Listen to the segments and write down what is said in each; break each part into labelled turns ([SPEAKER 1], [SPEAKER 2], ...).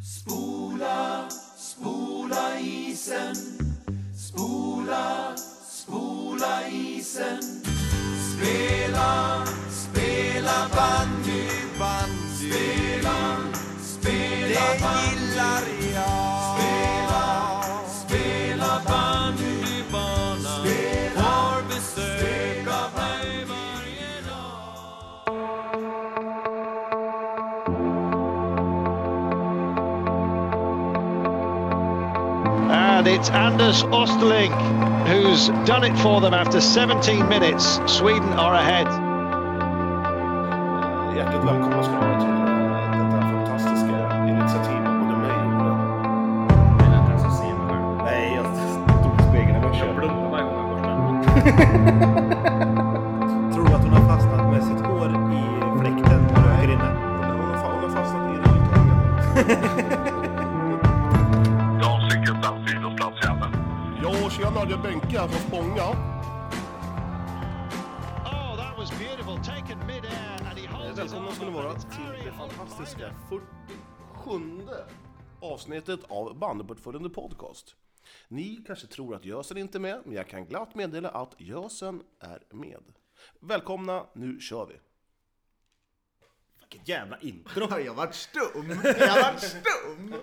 [SPEAKER 1] Spola, spola isen. Spola, spola isen. Spela, spela bandy, bandy. Spela, spela det bandy. Det gillar jag. Spela, spela bandybanan. Har besök av mig varje dag.
[SPEAKER 2] And it's Anders Osterling who's done it for them after 17 minutes. Sweden are ahead.
[SPEAKER 3] Hjärtligt välkomna ska ni vara till eh, detta fantastiska initiativ av både mig och Ola. Nej, jag stod i spegeln i morse.
[SPEAKER 4] Tror att hon har fastnat med sitt hår i fläkten på röker inne.
[SPEAKER 3] Hon har fan- hon har fastnat i rulltåget.
[SPEAKER 5] Jag har cykelplats, idrottsplats, jävel.
[SPEAKER 3] Ja, tjena, det är Benke här från Spånga.
[SPEAKER 2] Oh, that was beautiful. Taken midair and he holds it
[SPEAKER 3] Välkomna ska ni
[SPEAKER 2] up
[SPEAKER 3] vara
[SPEAKER 2] and it's
[SPEAKER 3] till det
[SPEAKER 2] Ariel.
[SPEAKER 3] fantastiska 47 avsnittet av Bandyportföljande podcast. Ni kanske tror att Jösen inte är med, men jag kan glatt meddela att Jösen är med. Välkomna, nu kör vi!
[SPEAKER 6] Vilket jävla intro!
[SPEAKER 4] Jag vart stum. Jag vart stum.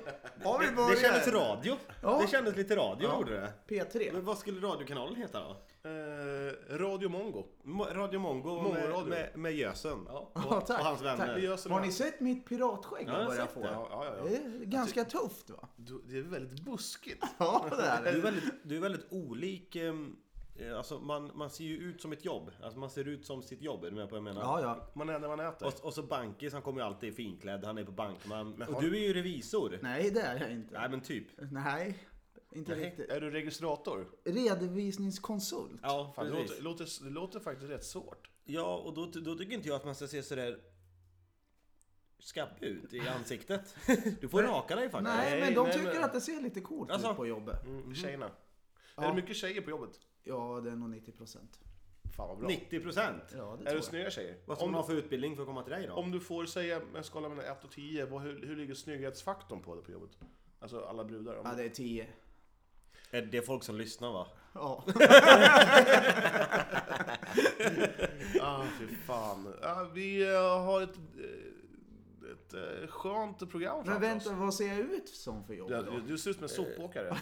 [SPEAKER 4] Har vi
[SPEAKER 6] Det kändes
[SPEAKER 4] börjat?
[SPEAKER 6] radio.
[SPEAKER 4] Ja.
[SPEAKER 6] Det kändes lite radio gjorde det.
[SPEAKER 4] P3.
[SPEAKER 6] Men vad skulle radiokanalen heta då?
[SPEAKER 3] Eh, Radio Mongo.
[SPEAKER 6] Mo- Radio Mongo med,
[SPEAKER 3] Mongoradio.
[SPEAKER 6] med, med Gösen. Ja. Och,
[SPEAKER 4] Ja, tack.
[SPEAKER 6] och hans vänner.
[SPEAKER 4] Tack.
[SPEAKER 3] Det är Jösen
[SPEAKER 4] Har
[SPEAKER 3] här.
[SPEAKER 4] ni sett mitt piratskägg
[SPEAKER 6] jag
[SPEAKER 4] jag
[SPEAKER 6] har
[SPEAKER 4] börjar
[SPEAKER 6] sett
[SPEAKER 4] få?
[SPEAKER 3] Ja, ja, ja.
[SPEAKER 4] Det är ganska tufft va?
[SPEAKER 3] Du, det är väldigt buskigt.
[SPEAKER 4] Ja, det är
[SPEAKER 6] Du, är
[SPEAKER 4] det.
[SPEAKER 6] väldigt, du är väldigt olik... ehm, eh, Alltså man, man ser ju ut som ett jobb. Alltså man ser ut som sitt jobb. Är du med på vad jag menar?
[SPEAKER 4] Ja, ja.
[SPEAKER 3] Man är när man äter.
[SPEAKER 6] Och, och så Bankis, han kommer ju alltid finklädd. Han är på bankman.
[SPEAKER 3] Men har-
[SPEAKER 6] Och du är ju revisor. Nej,
[SPEAKER 4] Nej, det är jag inte.
[SPEAKER 6] men typ.
[SPEAKER 4] Nej, inte
[SPEAKER 3] Nej,
[SPEAKER 4] riktigt.
[SPEAKER 3] Är du registrator?
[SPEAKER 4] Redovisningskonsult.
[SPEAKER 6] Ja,
[SPEAKER 3] Fan, det,
[SPEAKER 6] precis.
[SPEAKER 3] låter, låter, det låter faktiskt rätt svårt.
[SPEAKER 6] Ja, och då, då tycker inte jag att man ska se sådär skabbig ut i ansiktet. Du får raka dig faktiskt.
[SPEAKER 4] Nej, men de
[SPEAKER 3] nej,
[SPEAKER 4] tycker
[SPEAKER 3] men-
[SPEAKER 4] att det ser lite coolt
[SPEAKER 6] Alltså.
[SPEAKER 4] ut på jobbet.
[SPEAKER 3] Tjejerna. Är det mycket tjejer på jobbet?
[SPEAKER 4] Ja, det är nog 90 procent.
[SPEAKER 3] Fan vad bra.
[SPEAKER 6] 90 procent!
[SPEAKER 4] Ja, det
[SPEAKER 3] är det
[SPEAKER 4] tror jag.
[SPEAKER 3] snygga tjejer?
[SPEAKER 6] Vad ska
[SPEAKER 3] Om,
[SPEAKER 6] man ha för utbildning för att komma till dig då?
[SPEAKER 3] om du får säga med en skala mellan 1 och 10, vad, hur, hur ligger snygghetsfaktorn på det på jobbet? Alltså alla brudar. Om,
[SPEAKER 4] Ja, det är 10.
[SPEAKER 6] Är det folk som lyssnar va?
[SPEAKER 4] Ja.
[SPEAKER 3] Ah, fy fan. Ah, vi eh, har ett, eh, ett, eh, skönt program
[SPEAKER 4] Men
[SPEAKER 3] framför
[SPEAKER 4] vänta,
[SPEAKER 3] oss.
[SPEAKER 4] vad ser jag ut som för jobb
[SPEAKER 3] Du,
[SPEAKER 4] då?
[SPEAKER 3] alltså. du, du ser ut som en
[SPEAKER 6] Eh.
[SPEAKER 3] sopåkare.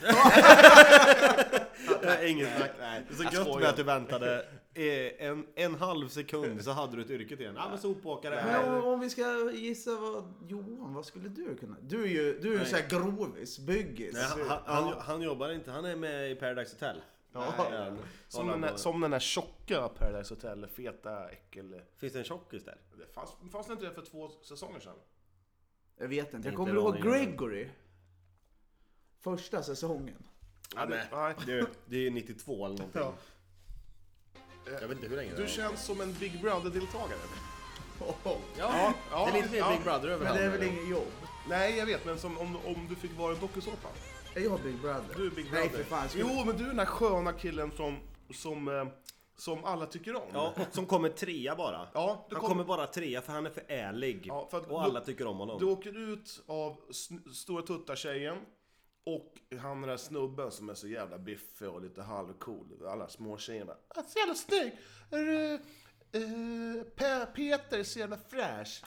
[SPEAKER 6] Inget snack. Nej. Det är så
[SPEAKER 3] Jag
[SPEAKER 6] gött
[SPEAKER 3] skojar.
[SPEAKER 6] med att du väntade eh, en, en halv sekund så hade du ett yrke till den. Ja men sopåkare.
[SPEAKER 4] Men om,
[SPEAKER 6] eller-
[SPEAKER 4] om vi ska gissa vad Johan, vad skulle du kunna? Du är ju du är ju
[SPEAKER 6] Nej.
[SPEAKER 4] så här grovis, byggis.
[SPEAKER 6] Nej, han, han, han, han jobbar inte, han är med i Paradise Hotel.
[SPEAKER 4] Ja.
[SPEAKER 6] Nej,
[SPEAKER 3] Som den, där, som den där tjocka Paradise Hotel, feta äckel...
[SPEAKER 6] Finns det en tjockis där?
[SPEAKER 3] Det fanns, fanns det inte det för två säsonger sedan?
[SPEAKER 4] Jag vet inte, jag
[SPEAKER 6] Inte
[SPEAKER 4] kommer
[SPEAKER 6] en
[SPEAKER 4] ihåg
[SPEAKER 6] aning om det.
[SPEAKER 4] Gregory. Första säsongen.
[SPEAKER 3] Ja, det- nej.
[SPEAKER 6] Du, det är ju 92 eller någonting.
[SPEAKER 3] Ja.
[SPEAKER 6] Jag vet inte hur länge det
[SPEAKER 3] Du
[SPEAKER 6] var.
[SPEAKER 3] känns som en Big Brother-deltagare.
[SPEAKER 6] Ja,
[SPEAKER 3] ja,
[SPEAKER 6] det är lite mer
[SPEAKER 3] ja.
[SPEAKER 6] Big Brother över
[SPEAKER 4] Men det är
[SPEAKER 6] handen.
[SPEAKER 4] väl inget jobb?
[SPEAKER 3] Nej, jag vet, men som om, om du fick vara en dokusåpa.
[SPEAKER 4] Är jag Big Brother?
[SPEAKER 3] Du är Big Brother.
[SPEAKER 4] Nej för fan. Skulle...
[SPEAKER 3] Jo, men du är den där sköna killen som, som, eh, som alla tycker om.
[SPEAKER 6] Ja, och som kommer trea bara.
[SPEAKER 3] Ja, du
[SPEAKER 6] han
[SPEAKER 3] kom-
[SPEAKER 6] kommer bara trea för han är för ärlig.
[SPEAKER 3] Ja, för att
[SPEAKER 6] och
[SPEAKER 3] du-
[SPEAKER 6] alla tycker om honom.
[SPEAKER 3] Du åker ut av sn- Stora Tuttar-tjejen och han den där snubben som är så jävla biffig och lite halvcool. Alla små tjejerna. "Ah, Så jävla snygg! Är du, eh, Pe- Peter är så jävla fräsch.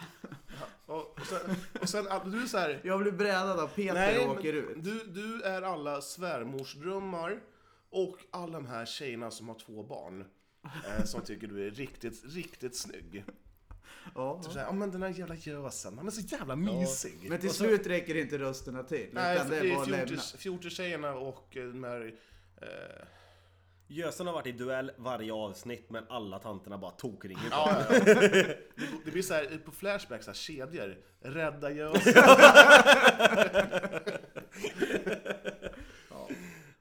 [SPEAKER 3] Ja, och, och sen, och sen ah, du är så här,
[SPEAKER 4] Jag blir brädad av Peter
[SPEAKER 3] Nej,
[SPEAKER 4] och åker
[SPEAKER 3] men
[SPEAKER 4] ut.
[SPEAKER 3] Du, du är alla svärmorsdrömmar och alla de här tjejerna som har två barn. Eh, som tycker du är riktigt, riktigt snygg.
[SPEAKER 4] Ja.
[SPEAKER 3] Typ Så här, ja men den här jävla gösen, han är så jävla mysig.
[SPEAKER 4] Men till slut räcker inte rösterna till.
[SPEAKER 3] Nej,
[SPEAKER 4] utan
[SPEAKER 3] för
[SPEAKER 4] det
[SPEAKER 3] det
[SPEAKER 4] är bara att
[SPEAKER 3] är
[SPEAKER 4] lämna.
[SPEAKER 3] 40 fjortistjejerna och eh, de här... Eh,
[SPEAKER 6] Gösen har varit i duell varje avsnitt men alla tanterna bara tokringer på
[SPEAKER 3] ja, ja, ja. Det- Det blir så här, eh, på Flashback, så här, kedjor. Rädda gösen.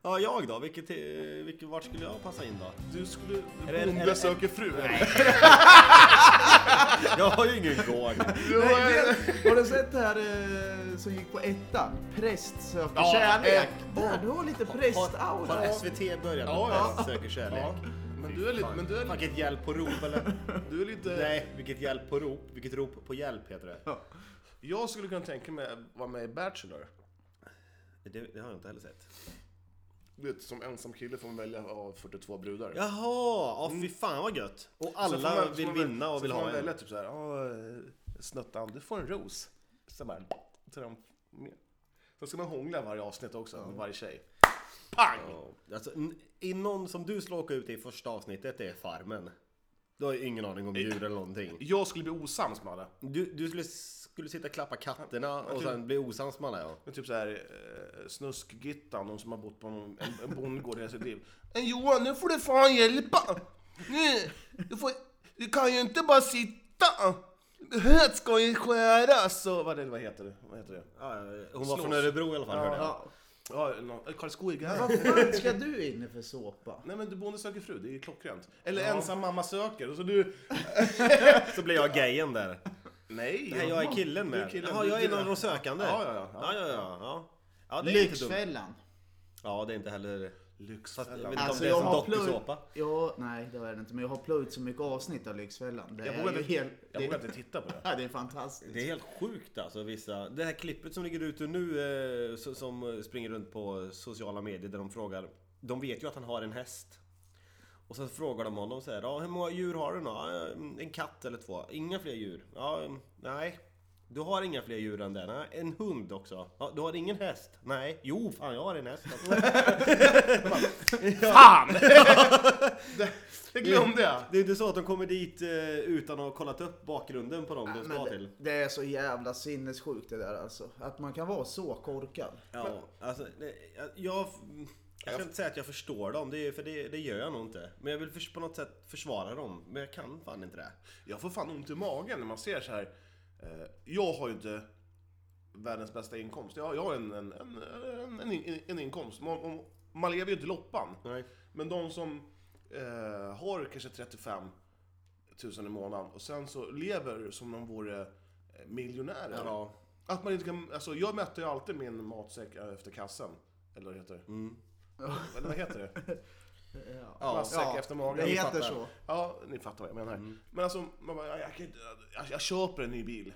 [SPEAKER 6] Ja, jag då? Vilket, eh, vilket, vart skulle jag passa in då?
[SPEAKER 3] Du skulle...
[SPEAKER 6] Är det- är
[SPEAKER 3] Bonde
[SPEAKER 6] det-
[SPEAKER 3] söker fru.
[SPEAKER 6] Jag har ju ingen gård.
[SPEAKER 3] Du har-
[SPEAKER 4] Nej, det- Har du sett det här eh, som gick på ettan? Präst söker
[SPEAKER 3] Ja,
[SPEAKER 4] kärlek.
[SPEAKER 3] eh,
[SPEAKER 4] Där, du har lite
[SPEAKER 6] Har, har
[SPEAKER 4] prästaura.
[SPEAKER 6] SVT börjat med
[SPEAKER 3] Ja, ja.
[SPEAKER 6] Söker kärlek?
[SPEAKER 3] Ja. Men du är lite... Men du är
[SPEAKER 6] Fan,
[SPEAKER 3] lite...
[SPEAKER 6] Vilket hjälp på rop eller?
[SPEAKER 3] Du är lite
[SPEAKER 6] Nej, vilket hjälp på rop? Vilket rop på hjälp heter det?
[SPEAKER 3] Jag skulle kunna tänka mig att vara med i Bachelor.
[SPEAKER 6] Det, det har jag inte heller sett.
[SPEAKER 3] Du vet, som ensam kille får man välja av 42 brudar.
[SPEAKER 6] Jaha! Ja, fy fan vad gött! Och alla
[SPEAKER 3] Mm. Så får man-
[SPEAKER 6] vill
[SPEAKER 3] så får man-
[SPEAKER 6] vinna och vill
[SPEAKER 3] så får
[SPEAKER 6] ha
[SPEAKER 3] man
[SPEAKER 6] en.
[SPEAKER 3] välja typ såhär, ja eh, snuttan du får en ros. Så bara, tar de med. Sen ska man hångla varje avsnitt också, varje tjej. Pang!
[SPEAKER 6] Ja, Alltså, n- i någon som du skulle åka ut i första avsnittet det är Farmen. Du har ju ingen aning om djur eller någonting.
[SPEAKER 3] Jag skulle bli osams med alla.
[SPEAKER 6] Du, du skulle, skulle sitta och klappa katterna och
[SPEAKER 3] tror-
[SPEAKER 6] sen bli osams med alla ja.
[SPEAKER 3] Men typ såhär, eh, snuskgittan, någon som har bott på en, en, en bondgård hela sitt liv. Men Johan, nu får du fan hjälpa! Nu, du, får, du kan ju inte bara sitta! Det här ska ju skäras! Och, vad, det, vad heter det? Vad heter det?
[SPEAKER 6] Hon var från
[SPEAKER 3] Slåss.
[SPEAKER 6] Örebro i alla fall hörde jag.
[SPEAKER 3] Ja, ja. eller någon- Karlskoga.
[SPEAKER 4] Vad fan ska du in i för såpa?
[SPEAKER 3] Nej men du Bonde söker fru, det är ju klockrent. Eller ensam mamma söker, och så du...
[SPEAKER 6] Så blir jag gayen där.
[SPEAKER 3] Nej!
[SPEAKER 6] Nej, jag är killen
[SPEAKER 3] Du är
[SPEAKER 6] med.
[SPEAKER 3] killen.
[SPEAKER 6] Jaha,
[SPEAKER 3] Du-
[SPEAKER 6] jag
[SPEAKER 3] du-
[SPEAKER 6] är någon av de sökande.
[SPEAKER 3] Ja, ja, ja.
[SPEAKER 6] ja, ja, ja, ja. ja det är inte dumt.
[SPEAKER 4] Lyxfällan.
[SPEAKER 6] Ja, det är inte heller... Fast jag vet
[SPEAKER 3] Lyxfällan.
[SPEAKER 6] inte om det är som
[SPEAKER 4] Alltså, plöjt...
[SPEAKER 6] dokusåpa.
[SPEAKER 4] Ja, nej det är det inte. Men jag har plöjt så mycket avsnitt av Lyxfällan. Det
[SPEAKER 3] Jag
[SPEAKER 4] är
[SPEAKER 3] vågar
[SPEAKER 4] ju
[SPEAKER 3] inte-
[SPEAKER 4] helt...
[SPEAKER 3] Jag vågar inte
[SPEAKER 4] det,
[SPEAKER 3] titta på det.
[SPEAKER 4] ja, det är fantastiskt.
[SPEAKER 6] Det är helt sjukt alltså vissa. Det här klippet som ligger ute nu eh, så- som springer runt på sociala medier där de frågar. De vet ju att han har en häst. Och sen frågar de honom så här. Ja, hur många djur har du då? "Ja, eh, En katt eller två? Inga fler djur? Ja, mm, nej. Du har inga fler djur än det? Nej, en hund också? Ja, du har ingen häst? Nej. Jo, fan jag har en häst. Alltså.
[SPEAKER 3] Det glömde jag!
[SPEAKER 6] Det är inte så att de kommer dit eh, utan att ha kollat upp bakgrunden på dem de
[SPEAKER 4] Men
[SPEAKER 6] ska till.
[SPEAKER 4] det, det är så jävla sinnessjukt det där alltså. Att man kan vara så korkad.
[SPEAKER 6] Ja, alltså, det, jag, jag, jag ska inte säga att jag förstår dem, det, är- för det, det gör jag nog inte. Men jag vill förs- på något sätt försvara dem, men jag kan fan inte det.
[SPEAKER 3] Jag får fan ont i magen när man ser så här. Eh, jag har ju inte världens bästa inkomst. Jag, jag har en, en, en, en, en, in- en inkomst. Man, om- man lever ju inte loppan.
[SPEAKER 6] Nej.
[SPEAKER 3] Men de som eh, har kanske 35 000 i månaden och sen så lever som de vore eh, miljonärer.
[SPEAKER 6] Ja.
[SPEAKER 3] Att man inte kan, alltså jag mätte ju alltid min matsäck eh, efter kassen. Eller vad heter det? Eller vad heter det?
[SPEAKER 4] Mm. Ja.
[SPEAKER 3] Matsäck efter magen.
[SPEAKER 4] det
[SPEAKER 3] Ni
[SPEAKER 4] heter
[SPEAKER 3] fattar.
[SPEAKER 4] så.
[SPEAKER 3] Ja, ni fattar vad jag menar.
[SPEAKER 6] Mm.
[SPEAKER 3] Men alltså, man bara, jag, kan inte, jag, jag köper en ny bil.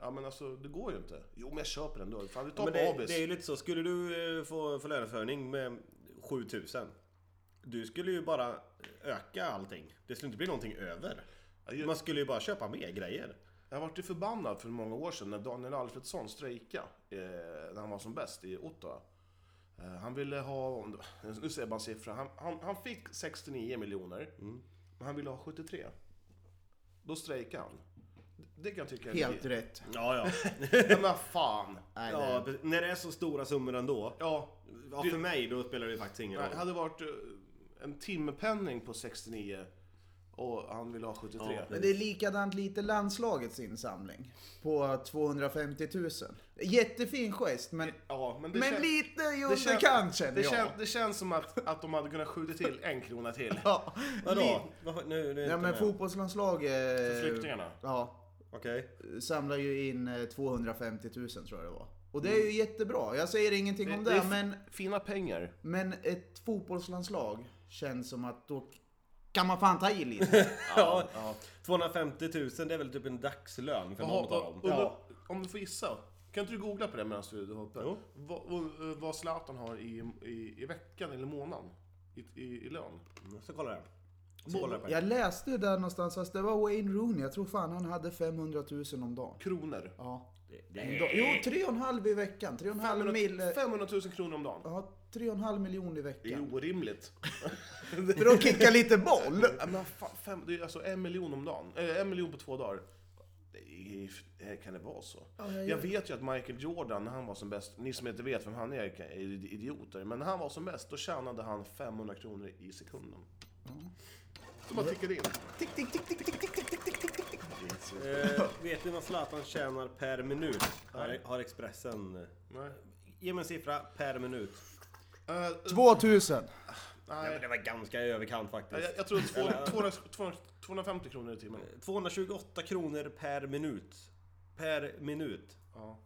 [SPEAKER 3] Ja men alltså, det går ju inte. Jo men jag köper den då. Fan vi tar
[SPEAKER 6] Men
[SPEAKER 3] på
[SPEAKER 6] det,
[SPEAKER 3] Abis.
[SPEAKER 6] det är ju lite så, skulle du eh, få, få löneförhöjning med 7000 du skulle ju bara öka allting. Det skulle inte bli någonting över.
[SPEAKER 3] ju-
[SPEAKER 6] Man skulle ju bara köpa mer grejer.
[SPEAKER 3] Jag vart ju förbannad för många år sedan när Daniel Alfredsson strejkade. Eh, när han var som bäst i Ottawa. Eh, han ville ha, om det- nu säger jag bara en siffra. Han, han, han fick 69 miljoner.
[SPEAKER 6] Mm.
[SPEAKER 3] Men han ville ha 73. Då strejkade han. Det kan jag tycka är
[SPEAKER 4] Helt rätt.
[SPEAKER 6] Ja, ja.
[SPEAKER 3] Ja, men fan.
[SPEAKER 4] Nej,
[SPEAKER 6] ja
[SPEAKER 4] det,
[SPEAKER 6] precis. när det är så stora summor ändå.
[SPEAKER 3] Ja,
[SPEAKER 6] Ja, för mig då spelar det faktiskt ingen roll.
[SPEAKER 3] det hade varit eh, en timpenning på 69 och han ville ha 73.
[SPEAKER 6] Ja,
[SPEAKER 4] men det är likadant lite landslagets insamling. På 250 000. Jättefin gest men,
[SPEAKER 3] Ja, men det
[SPEAKER 4] men
[SPEAKER 3] kän-
[SPEAKER 4] lite i
[SPEAKER 3] det kän-
[SPEAKER 4] underkant känner
[SPEAKER 3] det,
[SPEAKER 4] jag.
[SPEAKER 3] kän- det känns som att, att de hade kunnat skjuta till en krona till.
[SPEAKER 4] Ja.
[SPEAKER 6] Vadå? Vad- Nu, nu är
[SPEAKER 4] Ja
[SPEAKER 6] inte
[SPEAKER 4] men
[SPEAKER 6] med.
[SPEAKER 4] fotbollslandslag... eh,
[SPEAKER 3] Flyktingarna.
[SPEAKER 4] Ja,
[SPEAKER 6] Okej.
[SPEAKER 4] samlar ju in eh, 250 000 tror jag det var. Och det är ju jättebra, jag säger ingenting om det,
[SPEAKER 3] är f-
[SPEAKER 4] men,
[SPEAKER 3] fina pengar.
[SPEAKER 4] men ett fotbollslandslag känns som att då kan man fan ta i lite.
[SPEAKER 6] Ja, 250 000 det är väl typ en dagslön för någon
[SPEAKER 3] Jaha,
[SPEAKER 6] av dem.
[SPEAKER 3] och- och- Om du får gissa. Kan inte du googla på det medan du du har uppe?
[SPEAKER 6] Jo.
[SPEAKER 3] Vad, och, eh, vad Zlatan har i, i, i veckan eller månaden? I, i, i lön?
[SPEAKER 6] Mm, Så kollar jag. Så kollar jag på det.
[SPEAKER 4] Jag läste ju där någonstans, fast det var Wayne Rooney, jag tror fan han hade 500 000 om dagen.
[SPEAKER 3] Kronor.
[SPEAKER 4] Ja. En dag. Jo, 3,5 i veckan, 3,5 mil...
[SPEAKER 3] 500, 500 000 kronor om dagen.
[SPEAKER 4] Ja, 3,5 miljoner i
[SPEAKER 3] Det är
[SPEAKER 4] veckan.
[SPEAKER 3] ju orimligt.
[SPEAKER 4] För att kicka lite boll!
[SPEAKER 3] Ja, men fan, fem, det är alltså en miljon om dagen. Eller en miljon på två dagar. Det är- det Kan det vara så?
[SPEAKER 4] jag-
[SPEAKER 3] jag vet ju att Michael Jordan, när han var som bäst, ni som inte vet vem han är, är idioter, men när han var som bäst, då tjänade han 500 kronor i sekunden. Som man tickade in.
[SPEAKER 4] Tick, tick, tick, tick, tick, tick, tick, tick, tick, tick, tick.
[SPEAKER 6] Eh, vet ni vad Zlatan tjänar per minut? Har, har Expressen...
[SPEAKER 3] Nej.
[SPEAKER 6] Ge mig en siffra per minut.
[SPEAKER 3] Eh,
[SPEAKER 4] 2000!
[SPEAKER 6] Nej, men det var ganska i överkant
[SPEAKER 3] Nej,
[SPEAKER 6] faktiskt.
[SPEAKER 3] Jag, jag tror två- 200, 200, 250 kronor i timmen.
[SPEAKER 6] 228 kronor per minut. Per minut.
[SPEAKER 3] Ja.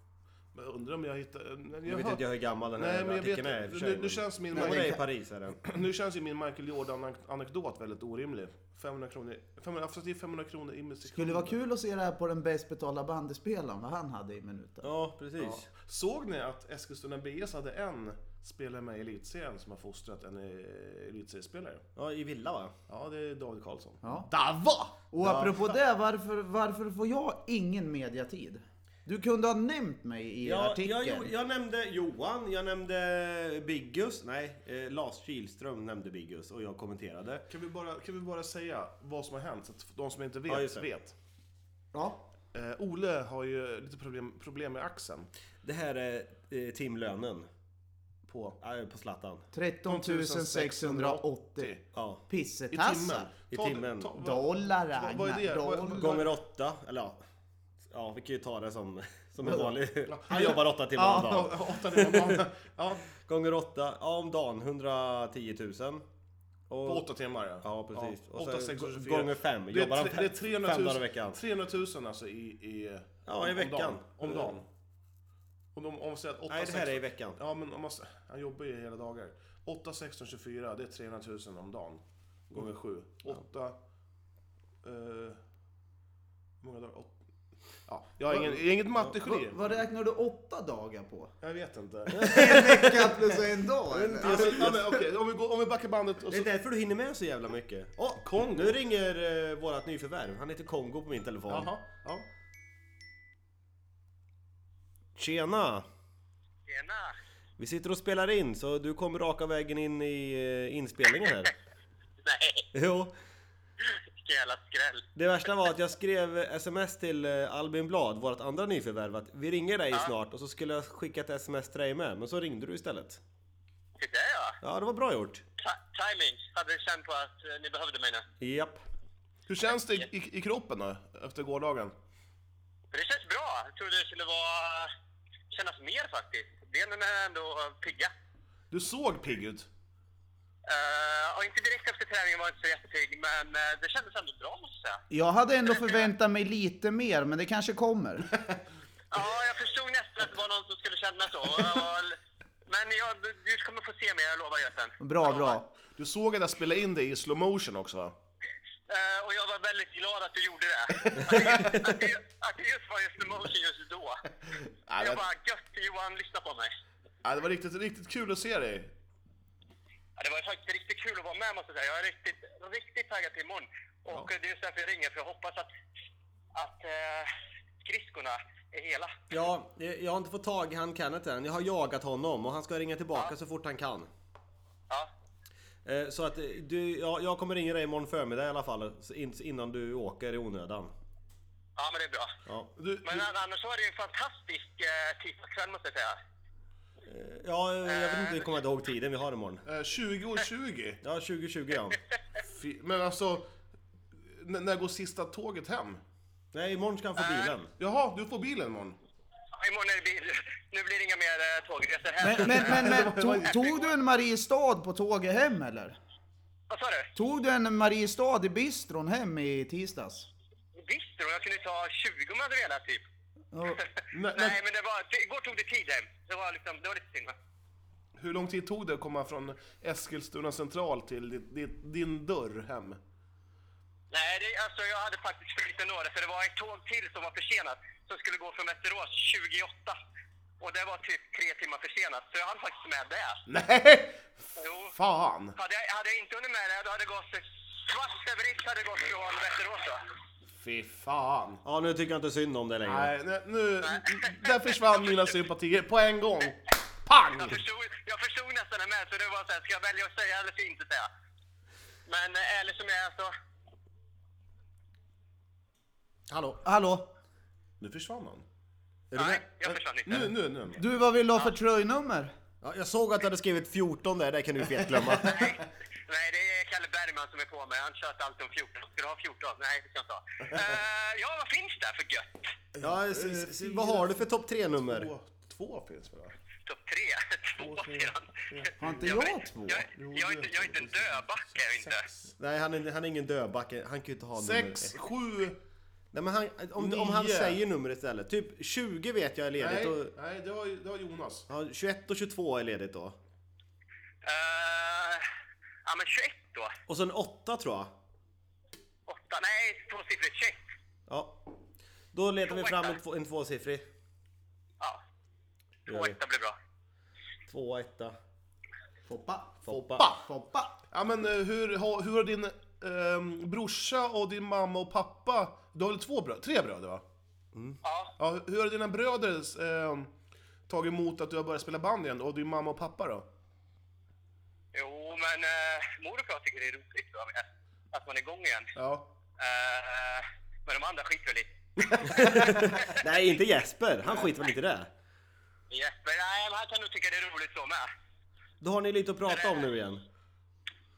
[SPEAKER 3] Men jag undrar om jag hittar...
[SPEAKER 6] Jag vet inte jag hur gammal den
[SPEAKER 3] Nej,
[SPEAKER 6] här
[SPEAKER 3] men jag
[SPEAKER 6] artikeln
[SPEAKER 3] vet-
[SPEAKER 6] är i och för
[SPEAKER 3] nu-
[SPEAKER 6] sig.
[SPEAKER 3] nu
[SPEAKER 6] men-
[SPEAKER 3] känns min-
[SPEAKER 6] Men hon är i Paris är den.
[SPEAKER 3] Nu känns ju min Michael Jordan-anekdot väldigt orimlig. 500 kronor, 500, fast det är 500 kronor i musik.
[SPEAKER 4] Skulle det vara kul att se det här på den bäst betalda bandespelaren, vad han hade i minuten.
[SPEAKER 6] Ja, precis.
[SPEAKER 3] Såg ni att Eskilstuna BS hade en spelare med i elitserien som har fostrat en eh, elitseriespelare?
[SPEAKER 6] Ja, i villa va?
[SPEAKER 3] Ja, det är David Karlsson.
[SPEAKER 4] Ja.
[SPEAKER 3] Dava!
[SPEAKER 4] Och apropå det, varför, varför får jag ingen mediatid? Du kunde ha nämnt mig i
[SPEAKER 6] Ja,
[SPEAKER 4] artikeln.
[SPEAKER 6] jag, jag, jag nämnde Johan, jag nämnde Biggus. Nej, eh, Lars Kihlström nämnde Biggus och jag kommenterade.
[SPEAKER 3] Kan vi, bara, kan vi bara säga vad som har hänt, så att de som inte
[SPEAKER 6] Ja,
[SPEAKER 3] vet,
[SPEAKER 6] just det.
[SPEAKER 3] vet.
[SPEAKER 4] Ja.
[SPEAKER 3] Eh, Ole har ju lite problem, problem med axeln.
[SPEAKER 6] Det här är eh, timlönen. På? på Zlatan.
[SPEAKER 4] 13 680.
[SPEAKER 6] Ja.
[SPEAKER 3] I
[SPEAKER 4] Pissetassar.
[SPEAKER 3] timmen.
[SPEAKER 6] I
[SPEAKER 3] Ta-
[SPEAKER 6] timmen.
[SPEAKER 3] ta- vad-
[SPEAKER 4] Dollar
[SPEAKER 3] vad- vad är
[SPEAKER 4] Ragnar,
[SPEAKER 3] det? Vad- vad-
[SPEAKER 4] dollar.
[SPEAKER 6] Gånger åtta, eller ja. Ja, vi kan ju ta det som, som en vanlig... Han
[SPEAKER 3] Ja.
[SPEAKER 6] jobbar åtta timmar om dagen.
[SPEAKER 3] Ja, åtta timmar om dagen. Ja,
[SPEAKER 6] Gånger åtta, ja om dagen, 110 000.
[SPEAKER 3] på
[SPEAKER 6] Och,
[SPEAKER 3] åtta timmar ja.
[SPEAKER 6] Ja, precis.
[SPEAKER 3] Ja,
[SPEAKER 6] Och sen
[SPEAKER 3] åtta, sex,
[SPEAKER 6] g-
[SPEAKER 3] 24.
[SPEAKER 6] gånger fem.
[SPEAKER 3] Det är,
[SPEAKER 6] Jobbar han
[SPEAKER 3] tre-
[SPEAKER 6] fem-
[SPEAKER 3] det är 300
[SPEAKER 6] fem
[SPEAKER 3] 000,
[SPEAKER 6] dagar i veckan?
[SPEAKER 3] 300 000 alltså i... i
[SPEAKER 6] Ja, i
[SPEAKER 3] om
[SPEAKER 6] veckan.
[SPEAKER 3] dagen. Om dagen. Om, de, om vi säger att 8,
[SPEAKER 6] Nej, det här är i veckan.
[SPEAKER 3] Ja, men om man, s- han jobbar ju hela dagar. 8, 16, 24, det är 300 000 om dagen. Gånger
[SPEAKER 6] Mm.
[SPEAKER 3] 7. 8... Eh, hur många dagar? Åt, ja, jag är ingen, jag är inget mattegeni.
[SPEAKER 4] Vad- Vad räknar du åtta dagar på?
[SPEAKER 3] Jag vet inte.
[SPEAKER 4] En vecka plus en dag eller?
[SPEAKER 3] alltså, ja, men, okej, om, vi går, om vi backar bandet och
[SPEAKER 6] Det
[SPEAKER 3] så...
[SPEAKER 6] är därför du hinner med så jävla mycket. Åh, Kongo! Nu ringer eh, vårat nyförvärv. Han heter Kongo på min telefon.
[SPEAKER 3] Jaha, ja.
[SPEAKER 6] Tjena!
[SPEAKER 7] Tjena!
[SPEAKER 6] Vi sitter och spelar in, så du kommer raka vägen in i eh, inspelningen här.
[SPEAKER 7] Nej,
[SPEAKER 6] jo,
[SPEAKER 7] vilken jävla skräll.
[SPEAKER 6] det värsta var att jag skrev eh, sms till eh, Albin Blad, vårt andra nyförvärv, att vi ringer dig snart och så skulle jag skicka ett sms till dig med, men så ringde du istället.
[SPEAKER 7] Se där ja!
[SPEAKER 6] Ja, det var bra gjort.
[SPEAKER 7] Ti- Timing. Hade du känt på att eh, ni behövde mig nu?
[SPEAKER 6] Japp.
[SPEAKER 3] Hur känns det i, i, i kroppen nu, efter gårdagen?
[SPEAKER 7] Det känns bra. Jag trodde det skulle vara... kännas mer faktiskt. Benen är ändå pigga.
[SPEAKER 3] Du såg pigg ut.
[SPEAKER 7] Eh, och inte direkt efter träningen var jag inte så jättepigg, men eh, det kändes ändå bra måste jag säga.
[SPEAKER 4] Jag hade ändå förväntat mig lite mer, men det kanske kommer.
[SPEAKER 7] Ja, jag förstod nästan att det var någon som skulle känna så. Och- Men jag, du kommer få se mig, jag lovar Göten.
[SPEAKER 4] Bra, bra.
[SPEAKER 3] Du såg att jag spelade in dig i slow motion också va?
[SPEAKER 7] Eh, och jag var väldigt glad att du gjorde det. Att det- Att det, att det just var just emotion just då.
[SPEAKER 3] Ja,
[SPEAKER 7] Jag
[SPEAKER 3] det,
[SPEAKER 7] bara, gött Johan, lyssna på mig.
[SPEAKER 3] ja, det var riktigt, riktigt kul att se dig.
[SPEAKER 7] Ja, det var faktiskt riktigt kul att vara med måste jag säga. Jag är riktigt, riktigt taggad till imorgon. Och det är just därför jag ringer, för jag hoppas att, att eh, skridskorna är hela.
[SPEAKER 6] Ja, eh, jag har inte fått tag i han Kenneth än. Jag har jagat honom och han ska ringa tillbaka så fort han kan.
[SPEAKER 7] Ja.
[SPEAKER 6] Eh, Så att eh, du, ja, jag kommer ringa dig imorgon förmiddag i alla fall, så in- innan du åker i onödan.
[SPEAKER 7] ja, men det är bra.
[SPEAKER 6] Ja,
[SPEAKER 3] Du, du,
[SPEAKER 7] Men annars var det ju en fantastisk eh, tisdagskväll måste jag säga.
[SPEAKER 6] ja eh, jag vet inte, jag kommer inte ihåg tiden vi har imorgon.
[SPEAKER 3] eh, 20 år 20.
[SPEAKER 6] Ja, 2020 ja.
[SPEAKER 3] Fy- Men alltså, n- när går sista tåget hem?
[SPEAKER 6] Nej, imorgon ska han få bilen.
[SPEAKER 3] Jaha, du får bilen imorgon.
[SPEAKER 7] Ja, Imorgon är det bil. Nu blir det inga mer eh, tågresor hem.
[SPEAKER 4] Men, men, men, men tog, tog du en Mariestad på tåget hem eller?
[SPEAKER 7] Vad sa du?
[SPEAKER 4] Tog du en Mariestad i bistron hem i tisdags?
[SPEAKER 7] Bistro? Jag kunde ta 20 om jag hade velat typ.
[SPEAKER 4] Ja.
[SPEAKER 3] N-
[SPEAKER 7] Nej,
[SPEAKER 3] när,
[SPEAKER 7] men det var... Det, igår tog det tid hem. Det var liksom... Det var lite synd va?
[SPEAKER 3] hur lång tid tog det att komma från Eskilstuna central till din, din, din dörr hem?
[SPEAKER 7] Nej, det, alltså jag hade faktiskt för lite nåde för det var ett tåg till som var försenat som skulle gå från Västerås 28. Och det var typ tre timmar försenat, så jag hann faktiskt med det.
[SPEAKER 3] Nej!
[SPEAKER 7] Jo.
[SPEAKER 3] Fan!
[SPEAKER 7] Hade jag, hade jag inte hunnit med det, då hade det gått... Kvart över ett hade det gått från Västerås då.
[SPEAKER 3] Fy fan!
[SPEAKER 6] Ja, nu tycker jag inte synd om det längre.
[SPEAKER 3] Nej, nu- nu... Där försvann mina sympatier på en gång. Pang!
[SPEAKER 7] Jag förstod, jag förstod nästan det med, så det var så här, ska jag välja att säga eller inte säga? Men eh, eller som jag är så...
[SPEAKER 3] Hallå?
[SPEAKER 4] Hallå?
[SPEAKER 3] Nu försvann han.
[SPEAKER 7] Nej, jag försvann inte.
[SPEAKER 3] Nu, nu, nu.
[SPEAKER 4] Du, vad vill du ha för tröjnummer?
[SPEAKER 6] Ja, jag såg att du hade skrivit 14 där, det kan du fet glömma.
[SPEAKER 7] Nej, nej, det är Kalle Bergman som är på mig. Han tjötar alltid om 14. Ska du ha 14? Nej, det ska jag inte ha. Eh, ja, vad finns det för gött?
[SPEAKER 6] Ja, s- s- vad har du för topp 3-nummer?
[SPEAKER 3] Eh, Två, två finns väl? va?
[SPEAKER 7] Topp tre? Två sedan.
[SPEAKER 4] Har inte
[SPEAKER 7] men-
[SPEAKER 4] jag två?
[SPEAKER 7] Jag, jag, är inte, jag är inte en dödbacke, jag är inte.
[SPEAKER 6] Nej, han är, han är ingen dödbacke. Han kan ju inte ha nummer
[SPEAKER 3] Sex,
[SPEAKER 6] ett.
[SPEAKER 3] sju,
[SPEAKER 6] Nej, men han, om, om han
[SPEAKER 3] Nio.
[SPEAKER 6] säger numret istället. Typ 20 vet jag är ledigt.
[SPEAKER 3] Nej,
[SPEAKER 6] Och,
[SPEAKER 3] nej det, har, ju- det har Jonas.
[SPEAKER 6] ja, 21 och 22 är ledigt då.
[SPEAKER 7] Eh, ja, men 21 då.
[SPEAKER 6] Och sen 8 tror jag.
[SPEAKER 7] 8, nej, tvåsiffrigt 21.
[SPEAKER 6] Ja. Då letar vi
[SPEAKER 7] Två
[SPEAKER 6] fram
[SPEAKER 7] ettor.
[SPEAKER 6] en, två, en tvåsiffrig.
[SPEAKER 7] Ja,
[SPEAKER 6] Gör vi.
[SPEAKER 7] 2 blir bra.
[SPEAKER 6] Två etta.
[SPEAKER 4] Foppa.
[SPEAKER 6] Foppa.
[SPEAKER 4] Foppa.
[SPEAKER 3] Ja, men eh, hur, har- hur har din um, brorsa och din mamma och pappa... Du har väl två bröder? Tre bröder, va?
[SPEAKER 7] Ja,
[SPEAKER 3] Ja, hur- hur har dina bröder ehm, tagit emot att du har börjat spela band igen? Och din mamma och pappa då?
[SPEAKER 7] jo, men eh, mor och far tycker det är roligt va, med att man är igång igen.
[SPEAKER 3] Ja.
[SPEAKER 7] Eh, men de andra skiter väl i.
[SPEAKER 6] Nej, inte Jesper. Han skiter väl inte i det.
[SPEAKER 7] Jesper, nej, men han kan nog tycka det är roligt så med.
[SPEAKER 6] Då har ni lite att prata om nu igen.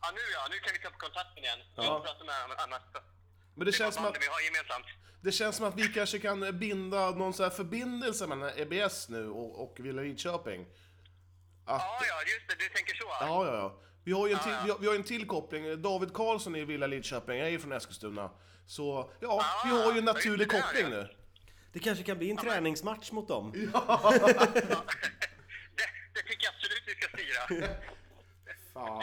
[SPEAKER 7] Ja, nu ja, nu kan vi ta upp kontakten igen.
[SPEAKER 6] Ja.
[SPEAKER 7] Ja. Jag pratar med honom annars.
[SPEAKER 3] Men det,
[SPEAKER 7] Det är
[SPEAKER 3] känns som att,
[SPEAKER 7] bandet vi har gemensamt.
[SPEAKER 3] det känns som att vi kanske kan binda någon så här förbindelse mellan EBS nu och, och Villa Lidköping. Att,
[SPEAKER 7] Ja, ja, just det, du tänker så. Ja.
[SPEAKER 3] Ja, ja, ja. Vi har ju en till, vi har, vi har en till koppling. David Karlsson är i Villa Lidköping, jag är ju från Eskilstuna. Så ja,
[SPEAKER 7] Ah,
[SPEAKER 3] vi har ju en
[SPEAKER 7] det är
[SPEAKER 3] naturlig
[SPEAKER 7] det där,
[SPEAKER 3] koppling
[SPEAKER 7] ja.
[SPEAKER 3] nu.
[SPEAKER 6] Det kanske kan bli en träningsmatch mot dem.
[SPEAKER 7] Det, det tycker jag absolut vi ska styra.
[SPEAKER 3] Fan.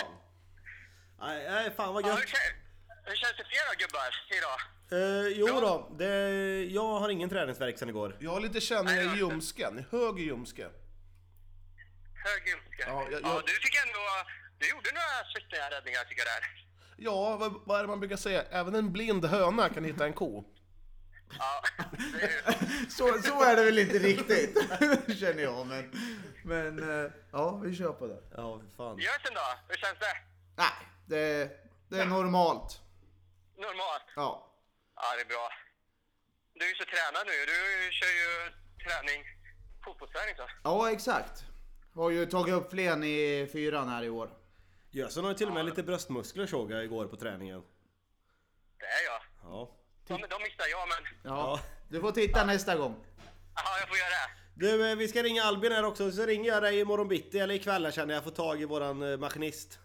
[SPEAKER 6] Nej, nej, fan vad
[SPEAKER 7] Ja,
[SPEAKER 6] gött.
[SPEAKER 7] hur, kän- hur känns det för er då, gubbar, idag?
[SPEAKER 6] Eh, jo då, det, jag har ingen träningsvärk sen igår.
[SPEAKER 3] Jag har lite känningar
[SPEAKER 7] Nej,
[SPEAKER 3] i
[SPEAKER 7] ja.
[SPEAKER 3] ljumsken, hög i ljumsken.
[SPEAKER 7] Hög ljumske.
[SPEAKER 3] Ja,
[SPEAKER 7] Ja,
[SPEAKER 3] jag- jag-
[SPEAKER 7] du fick ändå... Du gjorde några svettiga räddningar tycker jag där.
[SPEAKER 3] Ja, vad, vad är det man brukar säga? Även en blind höna kan hitta en ko.
[SPEAKER 7] Ja, det är ju-
[SPEAKER 4] Så, så är det väl inte riktigt, känner jag. Men, men eh, ja, vi kör på det.
[SPEAKER 6] Ja, fan.
[SPEAKER 7] Gösen då? Hur känns det?
[SPEAKER 4] Nej, det, det är normalt.
[SPEAKER 7] Normalt?
[SPEAKER 4] Ja.
[SPEAKER 7] Ja, det är bra. Du är ju så tränad nu. Du kör ju träning, fotbollsträning så.
[SPEAKER 4] ja, exakt. Har ju tagit upp flen i fyran här i år.
[SPEAKER 6] Jösen har ju till och med lite bröstmuskler såg jag igår på träningen.
[SPEAKER 7] Det är jag.
[SPEAKER 6] Ja.
[SPEAKER 7] De, de missar jag, men...
[SPEAKER 4] Ja,
[SPEAKER 6] Ja.
[SPEAKER 4] du får titta nästa gång.
[SPEAKER 7] Ja, jag får göra det.
[SPEAKER 6] Du, eh, vi ska ringa Albin här också, så ringer jag dig imorgon bitti eller ikväll här känner jag, får tag i våran eh, maskinist.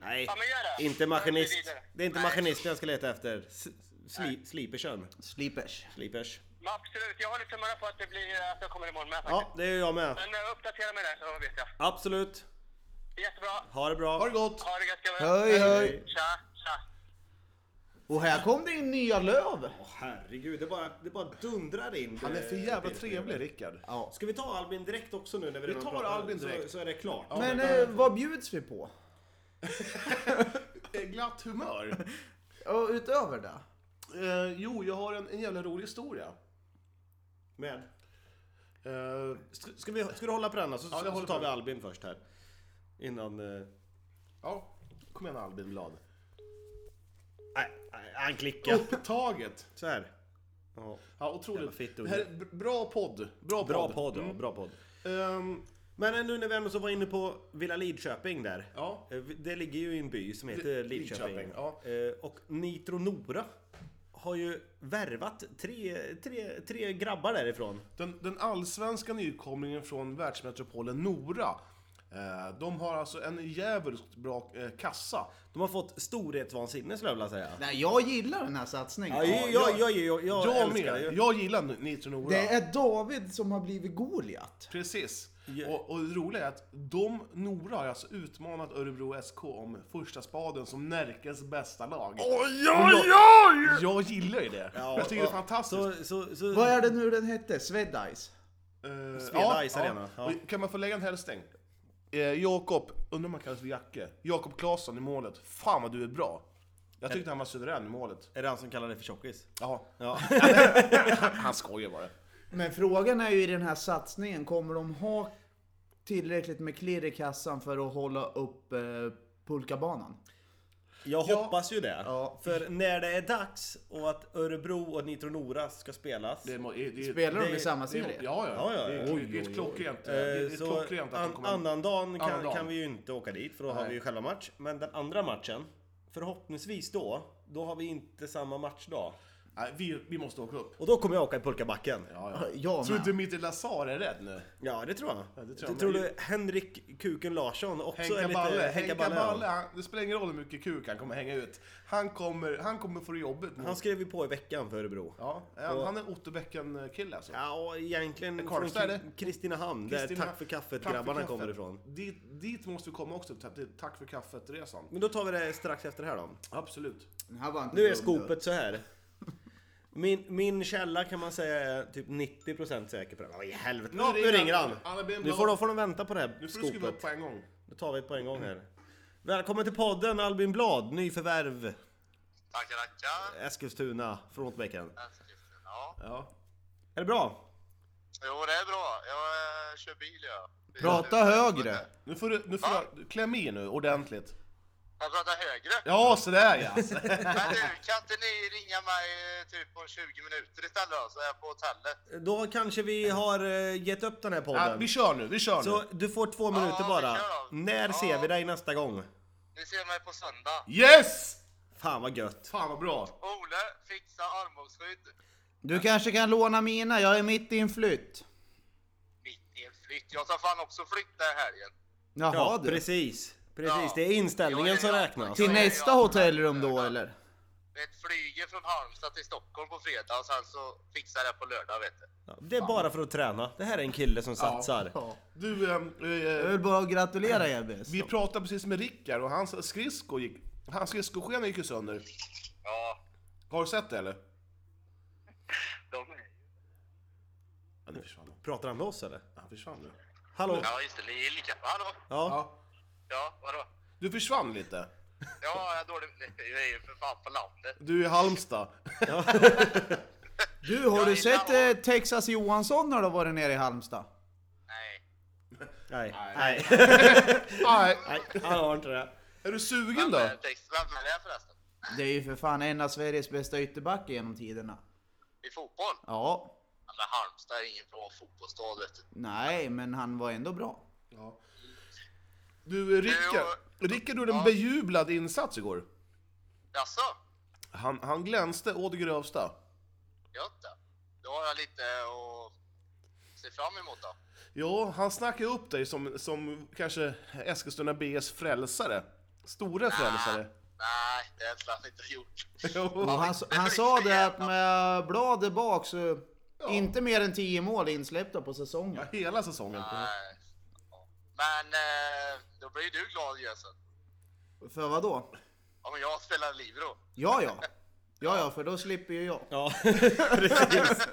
[SPEAKER 6] Nej,
[SPEAKER 7] Ja, men gör det.
[SPEAKER 6] inte
[SPEAKER 7] Jag
[SPEAKER 6] maskinist.
[SPEAKER 7] går vidare.
[SPEAKER 6] Det är inte
[SPEAKER 7] Nej.
[SPEAKER 6] maskinisten jag ska leta efter. S- Sli- Slipersen.
[SPEAKER 4] Slipers.
[SPEAKER 6] Slipers.
[SPEAKER 7] Men absolut, jag håller tummarna på att det blir att jag kommer imorgon med faktiskt.
[SPEAKER 6] Ja, det är jag med.
[SPEAKER 7] Men eh, uppdatera mig där så vet jag.
[SPEAKER 6] Absolut.
[SPEAKER 7] Jättebra.
[SPEAKER 6] Ha det bra.
[SPEAKER 3] Ha det gott!
[SPEAKER 7] Ha det gött gubben.
[SPEAKER 4] Höj, höj.
[SPEAKER 7] Tja, tja.
[SPEAKER 4] Och här kom det in nya löv.
[SPEAKER 6] Åh, herregud, det bara, det bara dundrar in.
[SPEAKER 3] Han är för jävla
[SPEAKER 6] Eh,
[SPEAKER 3] trevlig, Rickard.
[SPEAKER 4] Ja.
[SPEAKER 6] Ska vi ta Albin direkt också nu när vi, redan
[SPEAKER 3] tar
[SPEAKER 6] pratar?
[SPEAKER 3] Albin direkt.
[SPEAKER 6] Så, så är det klart.
[SPEAKER 4] Men eh, vad bjuds vi på?
[SPEAKER 3] Eh, Glatt humör.
[SPEAKER 4] Ja, utöver det?
[SPEAKER 3] Eh, jo, jag har en, en jävla rolig historia.
[SPEAKER 6] Med.
[SPEAKER 3] Eh,
[SPEAKER 6] Ska, ska, vi, ska du hålla på den då? så,
[SPEAKER 3] jag
[SPEAKER 6] så
[SPEAKER 3] håller
[SPEAKER 6] tar
[SPEAKER 3] på.
[SPEAKER 6] vi Albin först här. Innan... eh,
[SPEAKER 3] ja, kom igen Albin Blad.
[SPEAKER 6] Nej, nej, han klickar.
[SPEAKER 3] Upptaget!
[SPEAKER 6] Oh! Så här. Ja.
[SPEAKER 3] Ja, otroligt.
[SPEAKER 6] Jävla fitt
[SPEAKER 3] det här är b- bra podd. Bra,
[SPEAKER 6] Bra
[SPEAKER 3] podd.
[SPEAKER 6] podd, Mm. ja, bra podd.
[SPEAKER 3] Ehm,
[SPEAKER 6] Men eh, nu när vi ändå så var inne på Villa Lidköping där.
[SPEAKER 3] ja.
[SPEAKER 6] Eh, Det ligger ju i en by som heter
[SPEAKER 3] Li-
[SPEAKER 6] Lidköping.
[SPEAKER 3] Lidköping, ja.
[SPEAKER 6] Eh, Och Nitro Nora har ju värvat tre, tre, tre grabbar därifrån.
[SPEAKER 3] Den, den allsvenska nykomlingen från världsmetropolen Nora. Eh, de har alltså en djävulskt bra eh, kassa.
[SPEAKER 6] De har fått storhetsvansinne skulle jag vilja säga.
[SPEAKER 4] Nej, jag gillar den här satsningen.
[SPEAKER 6] Ja, jag, jag, jag, jag, jag,
[SPEAKER 3] Jag
[SPEAKER 6] älskar det
[SPEAKER 3] med.
[SPEAKER 6] ju.
[SPEAKER 3] Jag gillar Nitro Nora.
[SPEAKER 4] Det är David som har blivit Goliat.
[SPEAKER 3] Precis.
[SPEAKER 6] Ja.
[SPEAKER 3] Och, och det roliga är att de, Nora, har alltså utmanat Örebro SK om första spaden som Närkes bästa lag. Oj, oj, oj! Jag gillar ju det.
[SPEAKER 6] Ja,
[SPEAKER 3] jag tycker det är
[SPEAKER 6] ja.
[SPEAKER 3] fantastiskt.
[SPEAKER 6] Så, så, så,
[SPEAKER 4] Vad är det nu den hette? Swedice?
[SPEAKER 3] Eh,
[SPEAKER 6] Sveda Ice Arena, ja.
[SPEAKER 3] Och Kan man få lägga en hälsning? Eh, Jakob, undrar om han kallas för Jacke. Jakob Claesson i målet. Fan vad du är bra. Jag tyckte han var suverän i målet.
[SPEAKER 6] Är det han som kallar det för tjockis?
[SPEAKER 3] Jaha.
[SPEAKER 6] Ja.
[SPEAKER 3] Han skojar bara.
[SPEAKER 4] Men frågan är ju i den här satsningen, kommer de ha tillräckligt med klirr i kassan för att hålla upp eh, pulkabanan?
[SPEAKER 6] Jag
[SPEAKER 3] Ja.
[SPEAKER 6] hoppas ju det.
[SPEAKER 4] Ja.
[SPEAKER 6] För när det är dags och att Örebro och Nitro Nora ska spelas.
[SPEAKER 3] Det är, mo- det är,
[SPEAKER 4] Spelar
[SPEAKER 6] det-
[SPEAKER 4] de i samma
[SPEAKER 3] det är,
[SPEAKER 4] serie?
[SPEAKER 3] ja, ja,
[SPEAKER 6] Ja, ja,
[SPEAKER 3] Det
[SPEAKER 6] ja.
[SPEAKER 3] är, det är ett klockrent, det är
[SPEAKER 6] eh,
[SPEAKER 3] ett
[SPEAKER 6] så
[SPEAKER 3] klockrent att de
[SPEAKER 6] an,
[SPEAKER 3] kommer...
[SPEAKER 6] annandagen kan,
[SPEAKER 3] Annandagen.
[SPEAKER 6] kan vi ju inte åka dit för då har
[SPEAKER 3] Nej.
[SPEAKER 6] vi ju själva match. Men den andra matchen, förhoppningsvis då, då har vi inte samma matchdag.
[SPEAKER 3] Nej, vi, vi måste åka upp.
[SPEAKER 6] Och då kommer jag åka i pulkabacken.
[SPEAKER 3] Ja, ja. Tror
[SPEAKER 4] Jag
[SPEAKER 3] du
[SPEAKER 4] med.
[SPEAKER 3] inte Mikael Lazar är rädd nu?
[SPEAKER 6] Ja, det tror jag.
[SPEAKER 3] det tror
[SPEAKER 6] tror
[SPEAKER 3] jag.
[SPEAKER 6] du Henrik Kuken Larsson också är
[SPEAKER 3] Henka
[SPEAKER 6] lite...
[SPEAKER 3] Balle, Henka
[SPEAKER 6] Henka
[SPEAKER 3] Balle,
[SPEAKER 6] ja.
[SPEAKER 3] han, det spelar ingen roll hur mycket kuk han kommer hänga ut. Han kommer, han kommer få jobbet. mot-
[SPEAKER 6] Han skrev ju på i veckan för Örebro.
[SPEAKER 3] Mm. Ja, han, han är en Otterbäcken-kille alltså.
[SPEAKER 6] Ja, och egentligen från
[SPEAKER 3] Karlstad,
[SPEAKER 6] Kri-
[SPEAKER 3] eller?
[SPEAKER 6] Kristinehamn, där
[SPEAKER 3] Kristina-
[SPEAKER 6] Tack för
[SPEAKER 3] Tack för
[SPEAKER 6] kaffet-grabbarna
[SPEAKER 3] kaffet.
[SPEAKER 6] kommer ifrån.
[SPEAKER 3] Dit, dit måste vi komma också, ta- till Tack för kaffet-resan.
[SPEAKER 6] Men då tar vi det strax efter här då.
[SPEAKER 3] Absolut.
[SPEAKER 4] Den här var inte
[SPEAKER 6] Nu är
[SPEAKER 4] dum,
[SPEAKER 6] skopet så här. Min, min källa kan man säga är typ 90% säker på den. Vad i helvete. Nu, nu ringer han!
[SPEAKER 3] Ja, det blir en
[SPEAKER 6] Nu
[SPEAKER 3] bra-
[SPEAKER 6] får de, får de vänta på det här
[SPEAKER 3] Nu får du skriva upp
[SPEAKER 6] skopet.
[SPEAKER 3] på en gång.
[SPEAKER 6] Nu tar vi det på en gång här. Välkommen till podden Albin Blad, nyförvärv
[SPEAKER 7] Tackar, tackar.
[SPEAKER 6] Eskilstuna från Åtviken.
[SPEAKER 7] Ja.
[SPEAKER 3] Ja.
[SPEAKER 6] Är det bra?
[SPEAKER 7] Jo, det är bra. Jag eh, kör bil, ja.
[SPEAKER 4] Prata högre!
[SPEAKER 3] Nu får du, nu får du kläm i nu ordentligt.
[SPEAKER 7] Jag pratar högre.
[SPEAKER 3] Ja, sådär ja!
[SPEAKER 7] Men du, kan inte ni ringa mig eh, typ på 20 minuter istället då, så är jag på hotellet?
[SPEAKER 6] Då kanske vi har eh, gett upp den här
[SPEAKER 3] ja
[SPEAKER 6] podden.
[SPEAKER 3] vi kör nu, vi kör
[SPEAKER 6] Så
[SPEAKER 3] nu.
[SPEAKER 6] du får två minuter
[SPEAKER 7] vi
[SPEAKER 6] bara.
[SPEAKER 7] kör då.
[SPEAKER 6] När
[SPEAKER 7] Ja.
[SPEAKER 6] ser vi dig nästa gång?
[SPEAKER 7] Ni ser mig på söndag.
[SPEAKER 3] Yes!
[SPEAKER 6] Fan vad gött.
[SPEAKER 3] Fan vad bra.
[SPEAKER 7] Ole, fixa armbågsskydd.
[SPEAKER 4] Du kanske kan låna mina, jag är mitt i en flytt.
[SPEAKER 7] Mitt i en flytt. Jag tar fan också flytt den här helgen.
[SPEAKER 4] Jaha
[SPEAKER 6] Ja,
[SPEAKER 4] du.
[SPEAKER 6] precis. Precis,
[SPEAKER 7] Ja.
[SPEAKER 6] det är inställningen
[SPEAKER 7] Ja, ja,
[SPEAKER 6] som
[SPEAKER 7] ja.
[SPEAKER 6] räknas.
[SPEAKER 4] Till
[SPEAKER 7] Ja, ja,
[SPEAKER 4] nästa
[SPEAKER 7] ja.
[SPEAKER 4] hotellrum då eller?
[SPEAKER 7] Vet, flyger från Halmstad till Stockholm på fredag och sen så fixar jag det på lördag vet du.
[SPEAKER 6] Ja, Det är bara för att träna. Det här är en kille som satsar.
[SPEAKER 4] Ja.
[SPEAKER 3] Du, ehm,
[SPEAKER 4] Jag
[SPEAKER 3] eh,
[SPEAKER 4] vill bara gratulera Ebbes.
[SPEAKER 3] vi pratade precis med Rickard och hans skridsko gick... Hans skridskoskena gick ju sönder.
[SPEAKER 7] Ja,
[SPEAKER 3] Har du sett det eller?
[SPEAKER 7] de är ju...
[SPEAKER 3] Ja, nu försvann han.
[SPEAKER 6] Pratar han med oss eller?
[SPEAKER 3] Han försvann nu.
[SPEAKER 6] Hallå?
[SPEAKER 7] Ja just det, ni är lika... Hallå?
[SPEAKER 6] Ja.
[SPEAKER 3] Ja.
[SPEAKER 7] Ja, vadå?
[SPEAKER 3] Du försvann lite.
[SPEAKER 7] Ja, jag är dålig... Nej, Jag är ju för fan på landet.
[SPEAKER 3] Du är i Halmstad.
[SPEAKER 4] Du, har
[SPEAKER 7] Jag
[SPEAKER 4] du
[SPEAKER 7] gillar
[SPEAKER 4] sett
[SPEAKER 7] honom.
[SPEAKER 4] eh, Texas Johansson när du har varit nere i Halmstad?
[SPEAKER 7] Nej.
[SPEAKER 6] Nej. Nej.
[SPEAKER 3] Nej.
[SPEAKER 6] Nej, han har inte det.
[SPEAKER 3] Är du sugen
[SPEAKER 7] Vem
[SPEAKER 3] då?
[SPEAKER 7] är, text- vem är det förresten?
[SPEAKER 4] Det är ju för fan en av Sveriges bästa ytterbackar genom tiderna.
[SPEAKER 7] I fotboll?
[SPEAKER 4] Ja,
[SPEAKER 7] Ja, Men Halmstad är ingen bra fotbollsstad vet du.
[SPEAKER 4] nej, men han var ändå bra.
[SPEAKER 3] Ja.
[SPEAKER 7] Eh,
[SPEAKER 3] Du, Rickard. Rickard gjorde en bejublad insats igår.
[SPEAKER 7] Jaså?
[SPEAKER 3] Han, han glänste å det grövsta.
[SPEAKER 7] Gött det. Då har jag lite att se fram emot då.
[SPEAKER 3] Ja, han snackade upp dig som, som kanske Eskilstuna BS frälsare.
[SPEAKER 7] Ah.
[SPEAKER 3] Stora frälsare.
[SPEAKER 7] Nej, det har jag inte gjort.
[SPEAKER 3] Jo.
[SPEAKER 4] Och han, han sa det att med bladet bak så inte mer än 10 mål insläppta på
[SPEAKER 3] Ja,
[SPEAKER 4] säsongen.
[SPEAKER 3] hela säsongen.
[SPEAKER 7] Nej. Ja. Men eh, då blir ju du glad Jönsson.
[SPEAKER 4] För vad då?
[SPEAKER 7] Om jag spelar Libero.
[SPEAKER 4] Ja, ja. Ja, ja, för då slipper ju jag.
[SPEAKER 6] Ja, precis.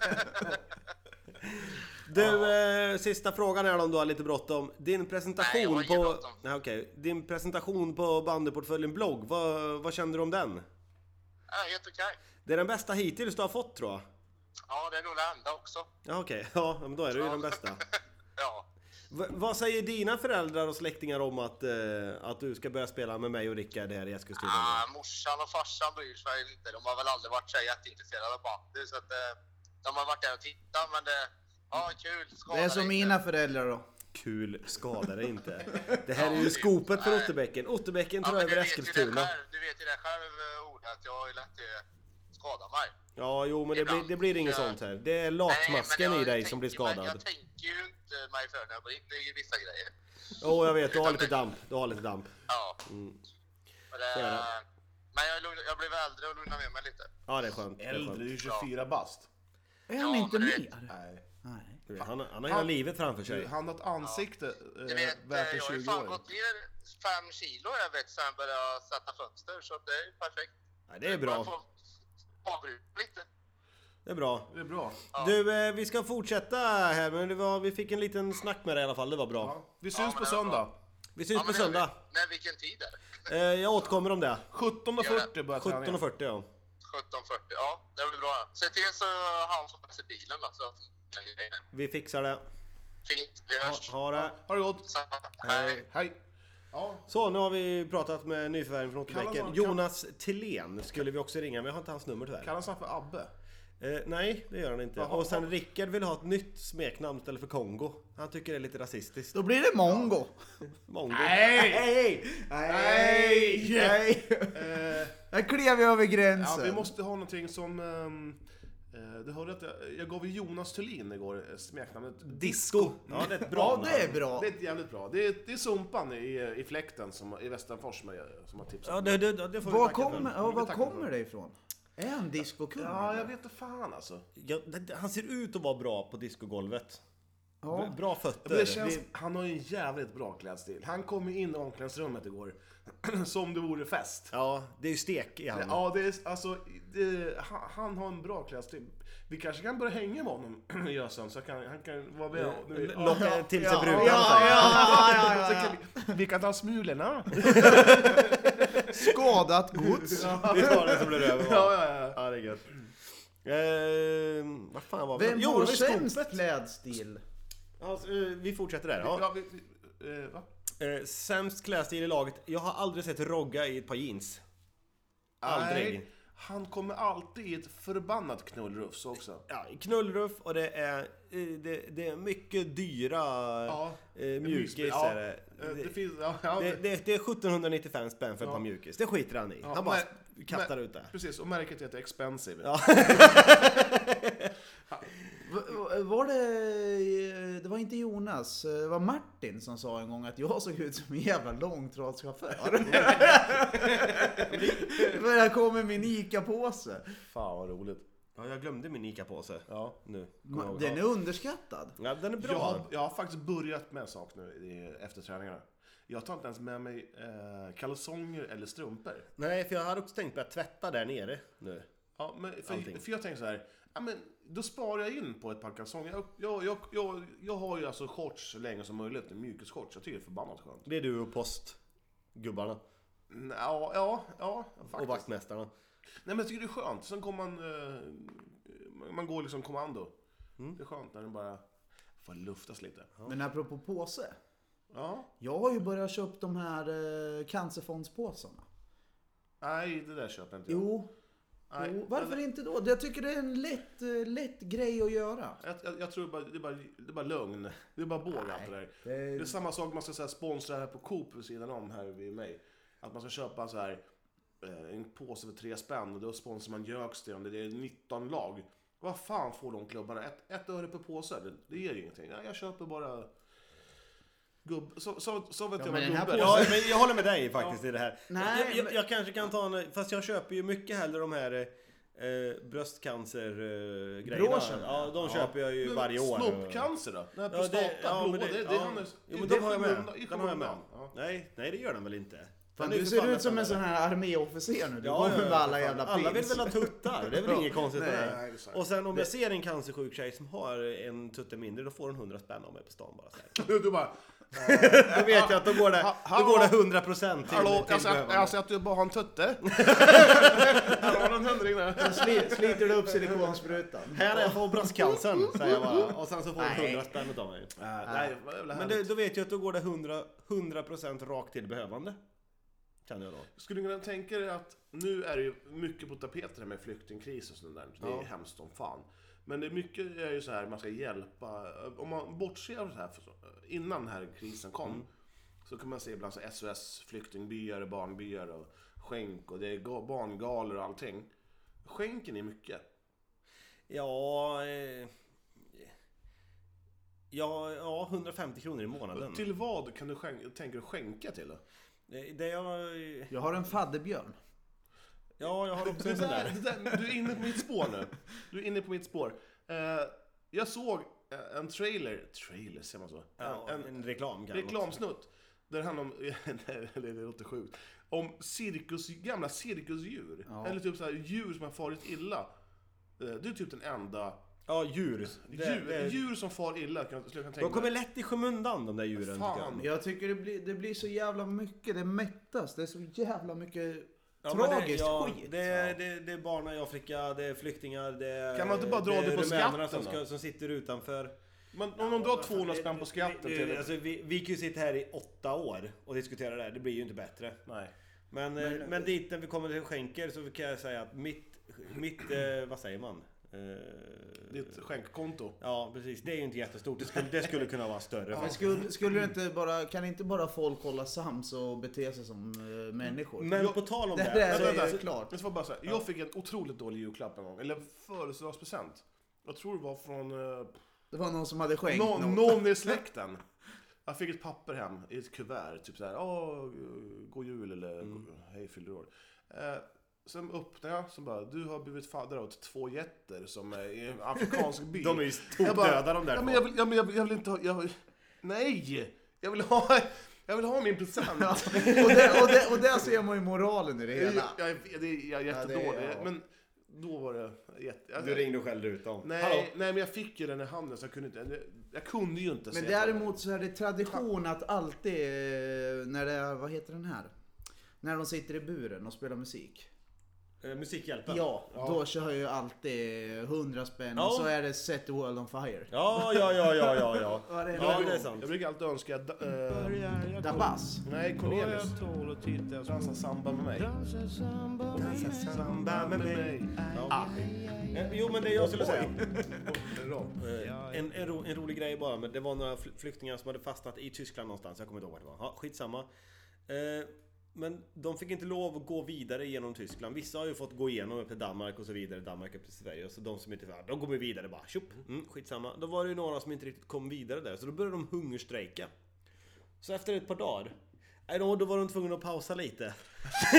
[SPEAKER 6] Du, eh, sista frågan är om du har lite bråttom. Din
[SPEAKER 7] Nej, jag
[SPEAKER 6] presentation
[SPEAKER 7] har ingen
[SPEAKER 6] på...
[SPEAKER 7] bråttom.
[SPEAKER 6] Nej, okej. Din presentation på bandyportföljen blogg, vad, vad kände du om den?
[SPEAKER 7] Ja, helt okej.
[SPEAKER 6] Det är den bästa hittills du har fått tror jag.
[SPEAKER 7] Ja, det är nog det enda också.
[SPEAKER 6] Ja, okej. Ja, men då är det ju den bästa.
[SPEAKER 7] Ja.
[SPEAKER 6] V- vad säger dina föräldrar och släktingar om att, eh, att du ska börja spela med mig och Rickard här i Eskilstuna?
[SPEAKER 7] Ah, morsan och farsan bryr sig väl inte. De har väl aldrig varit så här jätteintresserade av bandy. Så att, eh, de har varit där och tittat, men det... Ja, kul.
[SPEAKER 4] Det är som mina föräldrar då.
[SPEAKER 6] Kul, skada dig inte. Det här är ju skopet för Otterbäcken. Otterbäcken tar över
[SPEAKER 7] Du vet ju det
[SPEAKER 6] Eskilstuna.
[SPEAKER 7] själv, du vet ju det själv eh, Ola, att jag har ju lätt eh, skada mig.
[SPEAKER 6] Ja, jo, men det blir, det blir inget
[SPEAKER 7] Ja.
[SPEAKER 6] sånt här. Det är
[SPEAKER 7] Nej, men
[SPEAKER 6] latmasken
[SPEAKER 7] jag
[SPEAKER 6] i dig
[SPEAKER 7] tänker-
[SPEAKER 6] som blir
[SPEAKER 7] Men jag
[SPEAKER 6] skadad.
[SPEAKER 7] tänker ju inte mig för när jag brinner vissa grejer.
[SPEAKER 6] Åh, jag vet. Du har lite damp. Du har lite damp.
[SPEAKER 7] Ja. Men, det,
[SPEAKER 6] Mm. Så är det.
[SPEAKER 7] men jag, är lugn- jag blev äldre och lugnade ner mig lite.
[SPEAKER 6] Ja, det är skönt. Det är
[SPEAKER 3] Äldre, du
[SPEAKER 6] skönt.
[SPEAKER 3] är 24 bast.
[SPEAKER 4] Är han
[SPEAKER 7] Ja,
[SPEAKER 4] inte
[SPEAKER 7] men det-
[SPEAKER 4] mer?
[SPEAKER 3] Nej.
[SPEAKER 4] Nej.
[SPEAKER 6] Han, han har hela livet framför sig.
[SPEAKER 3] Han har ett ansikte
[SPEAKER 7] Du
[SPEAKER 3] eh,
[SPEAKER 7] vet,
[SPEAKER 3] värt
[SPEAKER 7] eh,
[SPEAKER 3] en
[SPEAKER 7] jag har ju
[SPEAKER 3] 20
[SPEAKER 7] fan
[SPEAKER 3] år.
[SPEAKER 7] gått ner fem kilo jag vet sen jag började sätta fönster så det är ju perfekt.
[SPEAKER 6] Ja, det är
[SPEAKER 7] Man
[SPEAKER 6] bra.
[SPEAKER 7] får avbryta lite.
[SPEAKER 6] Det är bra.
[SPEAKER 3] Det är bra.
[SPEAKER 6] Du, eh, vi ska fortsätta här, men det var, vi fick en liten snack med dig i alla fall. Det var bra.
[SPEAKER 3] Ja. Vi syns
[SPEAKER 7] men
[SPEAKER 3] på
[SPEAKER 7] det var bra.
[SPEAKER 3] söndag.
[SPEAKER 6] Vi syns
[SPEAKER 7] men
[SPEAKER 6] på
[SPEAKER 7] det gör vi.
[SPEAKER 6] söndag.
[SPEAKER 7] Nej, vilken tid är det?
[SPEAKER 6] Eh, jag återkommer om det.
[SPEAKER 3] 17.40 börjar träningen.
[SPEAKER 6] 17.40 ja.
[SPEAKER 7] 17.40, ja det blir bra. Se till så han får med sig bilen då. Så.
[SPEAKER 6] Vi fixar det.
[SPEAKER 7] Fint, vi hörs.
[SPEAKER 6] Ha, ha det.
[SPEAKER 3] Ha det gott.
[SPEAKER 7] Hej.
[SPEAKER 3] Hej. Ja,
[SPEAKER 6] Så, nu har vi pratat med nyförvärven från
[SPEAKER 3] Kallas
[SPEAKER 6] Återbäcken.
[SPEAKER 3] han-
[SPEAKER 6] Jonas Tillén skulle vi också ringa, men jag har inte hans nummer tyvärr.
[SPEAKER 3] kallas han för Abbe?
[SPEAKER 6] Eh, nej, det gör han inte. Och sen Rickard vill ha ett nytt smeknamn istället för Kongo. Han tycker det är lite rasistiskt.
[SPEAKER 4] Då blir det mongo.
[SPEAKER 6] Mongo.
[SPEAKER 4] Nej! Nej! Nej!
[SPEAKER 3] Eh,
[SPEAKER 4] Där klev jag över
[SPEAKER 3] ja,
[SPEAKER 4] gränsen.
[SPEAKER 3] vi måste ha någonting som... ehm, eh, du hörde att jag, jag gav ju Jonas Thulin igår eh, smeknamnet
[SPEAKER 6] Disco. Ja, det är ett bra
[SPEAKER 4] ja,
[SPEAKER 6] namn.
[SPEAKER 4] det är bra.
[SPEAKER 3] Det är ett jävligt bra. Det är, det är Sumpan i, i fläkten som, i Västanfors som, jag- som har tipsat.
[SPEAKER 6] Ja, det, det, det får vi
[SPEAKER 4] Var
[SPEAKER 6] tacka för.
[SPEAKER 4] kommer, ja, var kommer det ifrån? Är han discokung?
[SPEAKER 3] Ja, jag vet inte fan alltså.
[SPEAKER 6] Ja, det- det- han ser ut att vara bra på discogolvet.
[SPEAKER 4] Ja.
[SPEAKER 6] B- Bra
[SPEAKER 3] Men det
[SPEAKER 6] fötter.
[SPEAKER 3] känns, han har ju en jävligt bra klädstil. Han kom ju in i omklädningsrummet igår som det vore fest.
[SPEAKER 6] Ja, det är ju stek i han.
[SPEAKER 3] Ja, det är, alltså, det, han, han har en bra klädstil. Vi kanske kan börja hänga med honom i Ösön så kan, han kan vara med. och-
[SPEAKER 6] L- Eh, Locka till sig bruden.
[SPEAKER 4] Ja, ja, ja, ja,
[SPEAKER 3] Så
[SPEAKER 4] ja.
[SPEAKER 3] kan vi, vi kan ta smulorna.
[SPEAKER 4] Skadat gods.
[SPEAKER 6] Vi tar det som blir över. va?
[SPEAKER 3] Ja, ja, ja.
[SPEAKER 6] Ja, det är gött. Ehm, vad fan var vi?
[SPEAKER 4] Vem
[SPEAKER 6] Jo,
[SPEAKER 4] har
[SPEAKER 6] det var ju
[SPEAKER 4] sämst
[SPEAKER 6] skopet.
[SPEAKER 4] klädstil?
[SPEAKER 6] Ja, så, eh, vi fortsätter där. Ja.
[SPEAKER 3] ja vi, vi, eh, va?
[SPEAKER 6] Eh, sämst klädstil i laget. Jag har aldrig sett Rogga i ett par jeans. Aldrig.
[SPEAKER 3] Nej, han kommer alltid i ett förbannat knullrufs också.
[SPEAKER 6] Ja, knullruff och det är, eh, det, det är mycket dyra
[SPEAKER 3] Ja,
[SPEAKER 6] eh, mjukis.
[SPEAKER 3] Ja,
[SPEAKER 6] är det.
[SPEAKER 3] eh, det finns, ja, ja,
[SPEAKER 6] Det, det, det är 1795 spänn för ett par mjukis. Det skiter han i.
[SPEAKER 3] ja,
[SPEAKER 6] han bara
[SPEAKER 3] men-
[SPEAKER 6] kastar
[SPEAKER 3] men-
[SPEAKER 6] ut det.
[SPEAKER 3] Precis, och märket heter Expensive.
[SPEAKER 4] V- Var det... eh, Det var inte Jonas, eh, det var Martin som sa en gång att jag såg ut som en jävla långtradschaufför. För jag kom med min ICA-påse.
[SPEAKER 3] Fan vad roligt.
[SPEAKER 6] Ja, jag glömde min ICA-påse.
[SPEAKER 3] Ja.
[SPEAKER 6] Nu. kommer
[SPEAKER 4] Ma-
[SPEAKER 6] jag
[SPEAKER 4] Den
[SPEAKER 6] ihåg.
[SPEAKER 4] är underskattad.
[SPEAKER 6] Ja, den är bra.
[SPEAKER 3] Jag har, jag har faktiskt börjat med en sak nu i- efter träningarna. Jag tar inte ens med mig eh, kalsonger eller strumpor.
[SPEAKER 6] Nej, för jag hade också tänkt börja tvätta där nere nu.
[SPEAKER 3] Ja, men för,
[SPEAKER 6] Allting.
[SPEAKER 3] för jag tänker så här, ja, men då sparar jag in på ett par kalsonger. Jag, jag, jag, jag, jag har ju alltså shorts så länge som möjligt, mjukisshorts. Jag tycker det är förbannat skönt.
[SPEAKER 6] Det är du och postgubbarna
[SPEAKER 3] Mm, Ja, ja, ja
[SPEAKER 6] och
[SPEAKER 3] faktiskt.
[SPEAKER 6] vaktmästarna.
[SPEAKER 3] Nej men jag tycker det är skönt. Sen kommer man... Eh, man går liksom kommando.
[SPEAKER 6] Mm.
[SPEAKER 3] Det är skönt när den bara får luftas lite.
[SPEAKER 4] Men apropå påse.
[SPEAKER 3] Ja.
[SPEAKER 4] Jag har ju börjat köpa de här eh, cancerfondspåsarna.
[SPEAKER 3] Nej, det där köper inte jag.
[SPEAKER 4] Jo,
[SPEAKER 3] Nej,
[SPEAKER 4] jo. varför inte då? Jag tycker det är en lätt, eh, lätt grej att göra.
[SPEAKER 3] Jag, jag, jag tror bara, det, är bara, det är bara lögn. Det är bara båg allt det där. Det
[SPEAKER 4] det-
[SPEAKER 3] är... samma sak man ska så här, sponsra här på Coop vid sidan om här vid mig. Att man ska köpa så här eh, en påse för tre spänn och då sponsrar man Jöksten. Det är 19 lag. Vad fan får de klubbarna? Ett, ett öre per påse? Det, det ger ingenting. Jag, jag köper bara gubb... Så, så, så vet jag
[SPEAKER 4] men
[SPEAKER 3] vad
[SPEAKER 4] den här
[SPEAKER 3] gubbar
[SPEAKER 6] Ja,
[SPEAKER 3] är.
[SPEAKER 6] men jag håller med dig faktiskt i det här.
[SPEAKER 4] Nej,
[SPEAKER 6] jag, jag,
[SPEAKER 4] men-
[SPEAKER 6] jag kanske kan ta en... Fast jag köper ju mycket hellre de här eh, bröstcancer-grejerna.
[SPEAKER 4] Broschen.
[SPEAKER 6] ja, de köper jag ju
[SPEAKER 3] Men
[SPEAKER 6] varje år.
[SPEAKER 3] Snoppcancer då? Den här
[SPEAKER 6] Ja,
[SPEAKER 3] prostata,
[SPEAKER 6] det, ja, men
[SPEAKER 3] blå,
[SPEAKER 6] det,
[SPEAKER 3] det, det,
[SPEAKER 6] ja.
[SPEAKER 3] hamnar-
[SPEAKER 6] jo, men
[SPEAKER 3] det
[SPEAKER 6] de har jag
[SPEAKER 3] kommer
[SPEAKER 6] med.
[SPEAKER 3] undan- i
[SPEAKER 6] De har jag med.
[SPEAKER 3] skymundan. Ja.
[SPEAKER 6] Nej, nej, det gör den väl inte.
[SPEAKER 4] Fan,
[SPEAKER 6] Den är ju
[SPEAKER 4] du
[SPEAKER 6] för
[SPEAKER 4] ser
[SPEAKER 6] fan
[SPEAKER 4] ut som en
[SPEAKER 6] nästan-
[SPEAKER 4] sån här arméofficer nu. Du
[SPEAKER 6] Ja,
[SPEAKER 4] går
[SPEAKER 6] ja,
[SPEAKER 4] förbi
[SPEAKER 6] ja,
[SPEAKER 4] alla
[SPEAKER 6] fan.
[SPEAKER 4] jävla
[SPEAKER 6] Alla vill
[SPEAKER 4] pins.
[SPEAKER 6] väl ha tuttar? Det är väl inget konstigt med
[SPEAKER 3] nej,
[SPEAKER 6] det?
[SPEAKER 3] exakt.
[SPEAKER 6] Och sen om jag ser en cancersjuk tjej som har en tutte mindre, då får hon 100 spänn av mig på stan bara. Så här.
[SPEAKER 3] Du bara...
[SPEAKER 6] Då vet jag att då går det, då
[SPEAKER 3] hallå?
[SPEAKER 6] går det 100 procent till,
[SPEAKER 3] Hallå,
[SPEAKER 6] till
[SPEAKER 3] jag ser,
[SPEAKER 6] behövande.
[SPEAKER 3] jag ser att du bara har en tutte. Hallå, har du en hundring där?
[SPEAKER 4] Sli, sliter du upp silikonsprutan?
[SPEAKER 6] Här är jag på bröstcancern, säger jag bara. Och sen så får hon
[SPEAKER 4] Nej.
[SPEAKER 6] 100 spänn av mig.
[SPEAKER 3] Nej, vad jävla
[SPEAKER 6] Men
[SPEAKER 3] härligt.
[SPEAKER 6] det, då vet jag att då går det 100, 100% rakt till behövande. Känner jag då.
[SPEAKER 3] Skulle du kunna tänka dig att nu är det ju mycket på tapeten med flyktingkris och sånt där. Det är ju hemskt som fan. Men det är mycket är ju så här, man ska hjälpa. Om man bortser från det här, för- innan den här krisen kom, så kan man se ibland så här SOS flyktingbyar och barnbyar och skänk och det är ga- barngalor och allting. Skänken är mycket.
[SPEAKER 6] Ja... Eh, ja, ja, 150 kronor i månaden.
[SPEAKER 3] Till vad kan du skänka, tänker du skänka till? då?
[SPEAKER 6] Det, det jag,
[SPEAKER 4] Jag har en fadderbjörn.
[SPEAKER 6] ja, jag har också
[SPEAKER 3] Det
[SPEAKER 6] en sån
[SPEAKER 3] där,
[SPEAKER 6] där.
[SPEAKER 3] det där, du är inne på mitt spår nu. Du är inne på mitt spår. Eh, jag såg eh, en trailer, trailer ser man så?
[SPEAKER 6] Ja,
[SPEAKER 3] en,
[SPEAKER 6] en,
[SPEAKER 3] en
[SPEAKER 6] reklam kan
[SPEAKER 3] reklamsnutt. Där det handlar om, nej, det låter sjukt, om cirkus, gamla cirkusdjur. Eller typ så här, djur som har farit illa. Eh, Det är typ den enda
[SPEAKER 6] Ja, djur. Det,
[SPEAKER 3] djur,
[SPEAKER 6] det,
[SPEAKER 3] djur som far illa. Kan, skulle jag kunna
[SPEAKER 6] de
[SPEAKER 3] tänka
[SPEAKER 6] kommer
[SPEAKER 3] mig.
[SPEAKER 6] lätt i skymundan de där djuren. tycker jag.
[SPEAKER 3] Fan.
[SPEAKER 4] Jag tycker det blir, det blir så jävla mycket, det mättas. Det är så jävla mycket
[SPEAKER 6] Ja, men
[SPEAKER 4] tragiskt
[SPEAKER 6] det, ja,
[SPEAKER 4] skit.
[SPEAKER 6] Det, är- det, det är barn i Afrika, det är flyktingar, det är...
[SPEAKER 3] Kan man inte bara dra det
[SPEAKER 6] är
[SPEAKER 3] på
[SPEAKER 6] rumänerna
[SPEAKER 3] skatten
[SPEAKER 6] som,
[SPEAKER 3] då?
[SPEAKER 6] ska, som sitter utanför.
[SPEAKER 3] Men om de drar 200 spänn på skatten
[SPEAKER 6] Det- det-
[SPEAKER 3] till...
[SPEAKER 6] Alltså, vi, vi kan ju sitta här i åtta år och diskutera det här, det blir ju inte bättre.
[SPEAKER 3] Nej.
[SPEAKER 6] Men, men, men dit när vi kommer till skänker så kan jag säga att mitt, mitt eh, vad säger man? Eh,
[SPEAKER 3] Ditt skänkkonto.
[SPEAKER 6] ja, precis. Det är ju inte jättestort. Det skulle, det skulle kunna vara större.
[SPEAKER 4] Men
[SPEAKER 6] faktiskt.
[SPEAKER 4] skulle, skulle det inte bara, kan inte bara folk hålla sams och bete sig som eh, människor?
[SPEAKER 6] Men på tal om
[SPEAKER 4] Det
[SPEAKER 6] Alltså, det.
[SPEAKER 4] där är-
[SPEAKER 3] Vänta, vänta,
[SPEAKER 4] ju klart.
[SPEAKER 3] Jag, ska bara säga, jag fick en otroligt dålig julklapp en gång. Eller födelsedagspresent. Jag tror det var från eh,
[SPEAKER 4] Det var någon som hade skänkt
[SPEAKER 3] någon,
[SPEAKER 4] något.
[SPEAKER 3] någon i släkten. Jag fick ett papper hem i ett kuvert. Typ såhär, oh, god jul eller
[SPEAKER 6] Mm.
[SPEAKER 3] "God- hej fyller år. Eh, sen öppnade jag, så bara, du har blivit fadder åt två getter som är i en afrikansk by.
[SPEAKER 6] De är ju
[SPEAKER 3] Jag bara,
[SPEAKER 6] tokdöda de där
[SPEAKER 3] ja, men
[SPEAKER 6] två.
[SPEAKER 3] jag vill, ja, men jag vill, jag vill inte ha, jag vill, nej! Jag vill ha, jag vill ha min present.
[SPEAKER 4] och, där, och, där, och där ser man ju moralen i det
[SPEAKER 3] Jag,
[SPEAKER 4] hela.
[SPEAKER 3] jag, jag, det är- jag är
[SPEAKER 4] Ja, det är-
[SPEAKER 3] jättedålig,
[SPEAKER 4] ja.
[SPEAKER 3] men då var det jätte... alltså,
[SPEAKER 6] Du ringde och skällde ut dem. Hallå?
[SPEAKER 3] nej, nej, men jag fick ju den i handen så jag kunde inte... Jag kunde ju inte
[SPEAKER 4] Men
[SPEAKER 3] säga att-
[SPEAKER 4] däremot så är det tradition att alltid, eh, när det är, vad heter den här? När de sitter i buren och spelar musik.
[SPEAKER 6] Eh, Musikhjälpen?
[SPEAKER 4] Ja, då kör jag ju alltid 100 spänn
[SPEAKER 6] Ja.
[SPEAKER 4] och så är det Set the World on Fire.
[SPEAKER 6] Ja, ja, ja, ja, ja, ja.
[SPEAKER 4] Ja, det är
[SPEAKER 6] ja
[SPEAKER 4] bra.
[SPEAKER 6] det är sant.
[SPEAKER 3] Jag brukar alltid önska... da- eh,
[SPEAKER 4] Dabas.
[SPEAKER 3] nej, Cornelius. Dansa samba med mig. Dansa samba med mig.
[SPEAKER 6] Eh, Jo, men det jag skulle säga.
[SPEAKER 3] Bra.
[SPEAKER 6] Eh, En, en, ro, en rolig grej bara, men det var några fly- flyktingar som hade fastnat i Tyskland någonstans. Jag kommer inte ihåg vart det var. Ja, skitsamma. Eh, Men de fick inte lov att gå vidare genom Tyskland. Vissa har ju fått gå igenom upp till Danmark och så vidare. Danmark upp till Sverige. Så de som inte var, de kommer vidare bara. Tjup. Mm, skitsamma. Då var det ju några som inte riktigt kom vidare där. Så då började de hungerstrejka. Så efter ett par dagar. nej, Då då var de tvungna att pausa lite.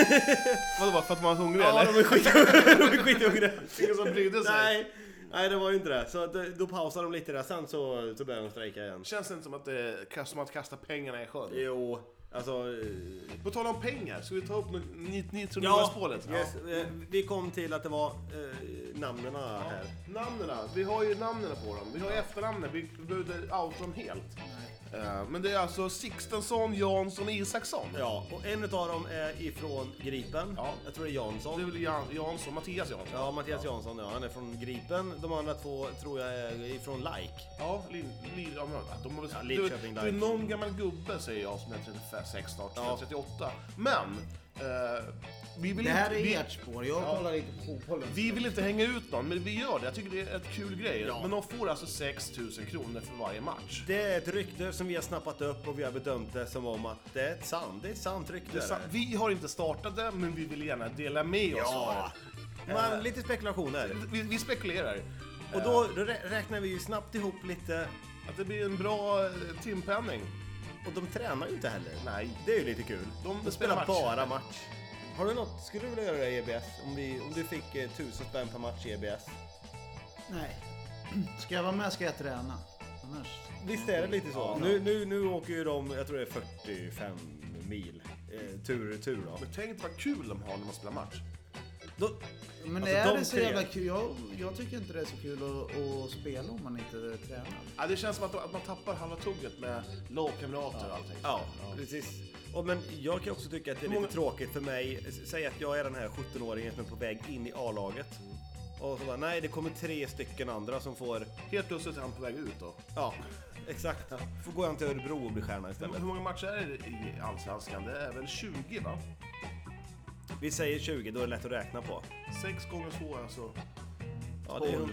[SPEAKER 3] Vadå, bara för att man var hungrig
[SPEAKER 6] Ja,
[SPEAKER 3] eller?
[SPEAKER 6] de är skithungriga. de är skithungriga.
[SPEAKER 3] Ingen som brydde sig.
[SPEAKER 6] Nej, nej, det var ju inte det. Så att, eh, då pausade de lite där, sen så, så började de strejka igen.
[SPEAKER 3] Känns det inte som att det är som att kasta pengarna i sjön?
[SPEAKER 6] Jo, alltså... eh,
[SPEAKER 3] På tal om pengar, ska vi ta upp Nitronoa-spåret?
[SPEAKER 6] yes, eh, vi kom till att det var eh, namnen här.
[SPEAKER 3] Namnen, vi har ju namnen på dem. Vi har ju efternamnen, vi behöver outa dem helt. Eh, Men det är alltså Sixtensson, Jansson och Isaksson.
[SPEAKER 6] Ja, och en utav dem är ifrån Gripen.
[SPEAKER 3] Ja.
[SPEAKER 6] Jag tror det är
[SPEAKER 3] Det är
[SPEAKER 6] Jansson.
[SPEAKER 3] väl Jan, Jansson, Mattias Jansson?
[SPEAKER 6] Ja, Mattias Jansson, ja, han är från Gripen. De andra två tror jag är ifrån Like.
[SPEAKER 3] Ja, Lid, Lid, ja, men de har väl,
[SPEAKER 6] Ja,
[SPEAKER 3] du,
[SPEAKER 6] Lidköping
[SPEAKER 3] det
[SPEAKER 6] där.
[SPEAKER 3] är någon gammal gubbe säger jag som är 36 snart,
[SPEAKER 6] Ja.
[SPEAKER 3] 38. Men, eh, vi, vill
[SPEAKER 4] Det här
[SPEAKER 3] inte,
[SPEAKER 4] är
[SPEAKER 3] vi,
[SPEAKER 4] ert spår, jag kollar inte på fotbollen.
[SPEAKER 3] vi vill inte hänga ut någon, men vi gör det. Jag tycker det är ett kul grej. Men de får alltså 6 000 kronor för varje match.
[SPEAKER 6] Det är ett rykte som vi har snappat upp och vi har bedömt det som om att det är ett sant, det är ett sant rykte.
[SPEAKER 3] Det är sant. Vi har inte startat det, men vi vill gärna dela med oss av det.
[SPEAKER 6] Ja, men lite spekulationer. Eh.
[SPEAKER 3] Vi, vi spekulerar.
[SPEAKER 6] Eh, Och då, då rä- räknar vi ju snabbt ihop lite
[SPEAKER 3] Att det blir en bra eh, timpenning.
[SPEAKER 6] och de tränar ju inte heller.
[SPEAKER 3] Nej.
[SPEAKER 6] Det är ju lite kul.
[SPEAKER 3] De
[SPEAKER 6] De
[SPEAKER 3] spelar
[SPEAKER 6] spelar
[SPEAKER 3] match.
[SPEAKER 6] bara match. Har du något, skulle du vilja göra det i EBS? Om, vi, om du fick eh, 1000 spänn per match i EBS?
[SPEAKER 4] Nej. Ska jag vara med ska jag träna. Annars...
[SPEAKER 6] Visst är det lite så? Nu, nu, nu åker ju de, jag tror det är 45 mil eh, tur och retur då.
[SPEAKER 3] Men tänk vad kul de har när man spelar match.
[SPEAKER 6] då
[SPEAKER 4] Men
[SPEAKER 6] Alltså,
[SPEAKER 4] är
[SPEAKER 6] de
[SPEAKER 4] det så
[SPEAKER 6] tre.
[SPEAKER 4] jävla kul? Jag, jag tycker inte det är så kul att, att spela om man inte tränar.
[SPEAKER 3] Ja, det känns som att, att man tappar halva tugget med lagkamrater och allting.
[SPEAKER 6] ja, precis. Och men jag kan också tycka att det är lite tråkigt för mig. S- Säg att jag är den här 17-åringen som är på väg in i A-laget. Och så bara, nej det kommer tre stycken andra som får
[SPEAKER 3] Helt plötsligt är han på väg ut då.
[SPEAKER 6] Ja, exakt. Får gå hem till Örebro och bli stjärna
[SPEAKER 3] Hur
[SPEAKER 6] istället.
[SPEAKER 3] många matcher är det i Allsvenskan? Det är väl 20 va?
[SPEAKER 6] Vi säger 20, då är det lätt att räkna på.
[SPEAKER 3] 6 gånger 2 alltså.
[SPEAKER 6] Ja, det är,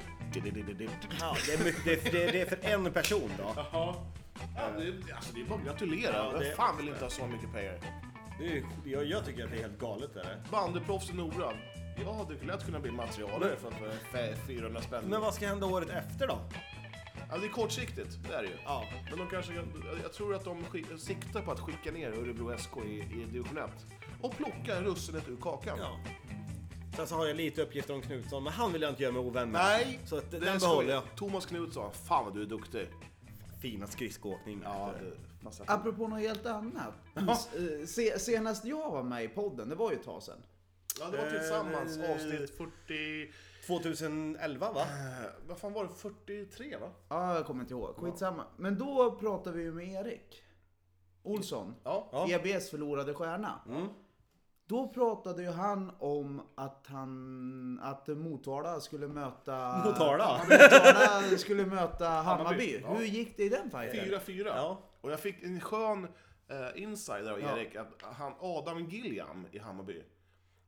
[SPEAKER 6] ja, det är, mycket, det är, det är- det är för en person då.
[SPEAKER 3] Ja, det, är- alltså, det är bara att gratulera.
[SPEAKER 6] Ja, det-
[SPEAKER 3] Vem fan vill inte ha så mycket pengar?
[SPEAKER 6] Det är, jag, jag tycker att det är helt galet. Är det.
[SPEAKER 3] Bandyproffs i Nora. Jag hade lätt kunnat bli materialare för att för 400 spänn.
[SPEAKER 6] Men vad ska hända året efter då?
[SPEAKER 3] Ja, det är kortsiktigt, det är det ju.
[SPEAKER 6] Ja.
[SPEAKER 3] Men de kanske, jag tror att de skick, siktar på att skicka ner Örebro SK i, i division 1 och plocka russinet ur kakan.
[SPEAKER 6] ja. Sen så har jag lite uppgifter om Knutsson, men han vill jag inte göra mig ovän med.
[SPEAKER 3] Nej,
[SPEAKER 6] Så att, den
[SPEAKER 3] är
[SPEAKER 6] behåller jag.
[SPEAKER 3] skoj. Thomas Knutsson, fan vad du är duktig.
[SPEAKER 6] Fina skridskoåkning.
[SPEAKER 3] Ja,
[SPEAKER 6] vet du.
[SPEAKER 3] det- fast jag-
[SPEAKER 4] Apropå något helt annat. S- eh, se- Senast jag var med i podden, det var ju ett tag sedan.
[SPEAKER 3] ja, det var tillsammans
[SPEAKER 6] Eh,
[SPEAKER 3] avsnitt 40...
[SPEAKER 6] 2011 va?
[SPEAKER 3] eh, Vad fan var det? 43 va?
[SPEAKER 4] Ja, jag kommer inte ihåg. Skitsamma. Men då pratade vi ju med Erik Olsson.
[SPEAKER 3] Ja.
[SPEAKER 6] Ja.
[SPEAKER 4] EBS förlorade stjärna. Då pratade ju han om att han, att Motala skulle möta...
[SPEAKER 6] Motala?
[SPEAKER 4] Motala skulle möta Hammarby.
[SPEAKER 3] ja.
[SPEAKER 4] Hur gick det i den fighten?
[SPEAKER 3] 4-4.
[SPEAKER 6] Eh, Ja.
[SPEAKER 3] Och jag fick en skön eh, insider av Erik, att han, Adam Gilliam i Hammarby,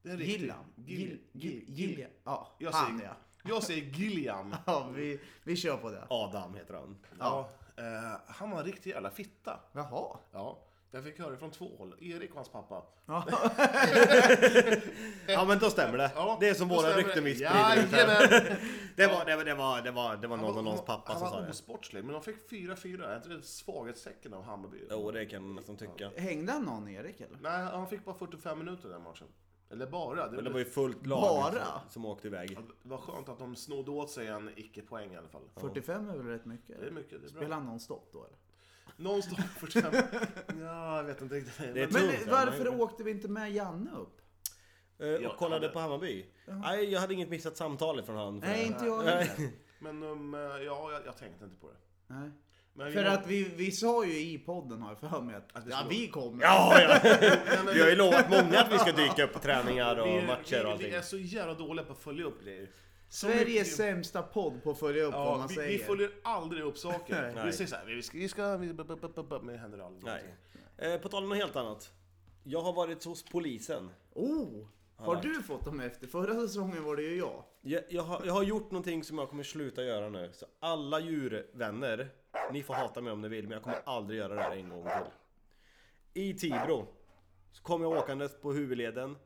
[SPEAKER 3] Det är en riktig-
[SPEAKER 4] Gillan.
[SPEAKER 3] Gil-
[SPEAKER 4] Gil- Gil- Gilja. Ja,
[SPEAKER 3] Jag
[SPEAKER 4] han
[SPEAKER 3] säger,
[SPEAKER 4] ja.
[SPEAKER 3] jag säger Gilliam.
[SPEAKER 4] Ja, vi, vi kör på det.
[SPEAKER 6] Adam heter han.
[SPEAKER 3] Ja. eh, han var en riktig jävla fitta.
[SPEAKER 4] Jaha.
[SPEAKER 3] Ja. Jag fick höra det från två håll. Erik och hans pappa.
[SPEAKER 6] Ja men då stämmer det.
[SPEAKER 3] Ja,
[SPEAKER 6] det är som
[SPEAKER 3] då
[SPEAKER 6] våra
[SPEAKER 3] stämmer det.
[SPEAKER 6] rykten vi sprider ut här.
[SPEAKER 3] Jajamän!
[SPEAKER 6] det var, det, var, det, var, det, var, det var någon av någons pappa som
[SPEAKER 3] Han
[SPEAKER 6] sa
[SPEAKER 3] var
[SPEAKER 6] det.
[SPEAKER 3] osportslig, men de fick 4-4. Är inte det svaghetstecken av Hammarby?
[SPEAKER 6] Jo det kan man nästan tycka.
[SPEAKER 4] Hängde han någon Erik eller?
[SPEAKER 3] Nej, han fick bara 45 minuter den matchen. Eller bara. Det,
[SPEAKER 6] Men det
[SPEAKER 3] var,
[SPEAKER 6] var ju fullt lag
[SPEAKER 4] Bara?
[SPEAKER 6] som åkte iväg.
[SPEAKER 3] det var skönt att de snodde åt sig en icke-poäng i alla fall.
[SPEAKER 4] 45 är väl rätt mycket?
[SPEAKER 3] Det är mycket, det är
[SPEAKER 4] Spelar
[SPEAKER 3] bra.
[SPEAKER 4] han nonstop då eller?
[SPEAKER 3] Nonstop 45. Ja, jag vet inte riktigt.
[SPEAKER 6] Det är
[SPEAKER 3] Men,
[SPEAKER 4] Men
[SPEAKER 6] tungt. ja, man
[SPEAKER 4] varför
[SPEAKER 6] gjorde-
[SPEAKER 4] åkte vi inte med Janne upp?
[SPEAKER 6] Eh,
[SPEAKER 3] Ja,
[SPEAKER 6] Och kollade
[SPEAKER 3] han-
[SPEAKER 6] på Hammarby. Nej, jag hade inget missat samtal från han.
[SPEAKER 4] Nej, inte jag heller.
[SPEAKER 6] Nej.
[SPEAKER 3] men um, ja, jag, jag tänkte inte på det.
[SPEAKER 4] Nej.
[SPEAKER 3] Men vi
[SPEAKER 4] För
[SPEAKER 3] må-
[SPEAKER 4] att vi, vi sa ju i podden har jag för mig att,
[SPEAKER 3] Att vi
[SPEAKER 4] ja,
[SPEAKER 3] skulle-
[SPEAKER 4] vi kommer.
[SPEAKER 6] Ja, ja.
[SPEAKER 3] Nej, men
[SPEAKER 6] Vi har ju lovat många att vi ska dyka upp på träningar och matcher och
[SPEAKER 3] vi, vi
[SPEAKER 6] allting.
[SPEAKER 3] är så jävla dåliga på att följa upp grejer. Så
[SPEAKER 4] Sveriges
[SPEAKER 3] mycket-
[SPEAKER 4] sämsta podd på att följa upp vad
[SPEAKER 3] Ja,
[SPEAKER 4] man
[SPEAKER 3] vi, vi
[SPEAKER 4] säger.
[SPEAKER 3] följer aldrig upp saker.
[SPEAKER 6] Nej.
[SPEAKER 3] vi säger såhär, vi ska... Vi ska vi, b, b, b, b, men det händer aldrig
[SPEAKER 6] Nej.
[SPEAKER 3] någonting.
[SPEAKER 6] Eh, på tal om något helt annat. Jag har varit hos polisen.
[SPEAKER 4] Oh! Har
[SPEAKER 6] Ja.
[SPEAKER 4] du fått dem efter? Förra säsongen var det ju jag.
[SPEAKER 6] Jag, jag, har, jag har gjort någonting som jag kommer sluta göra nu. Så alla djurvänner, ni får hata mig om ni vill, men jag kommer aldrig göra det här en gång till. I Tibro så kom jag åkandes på huvudleden.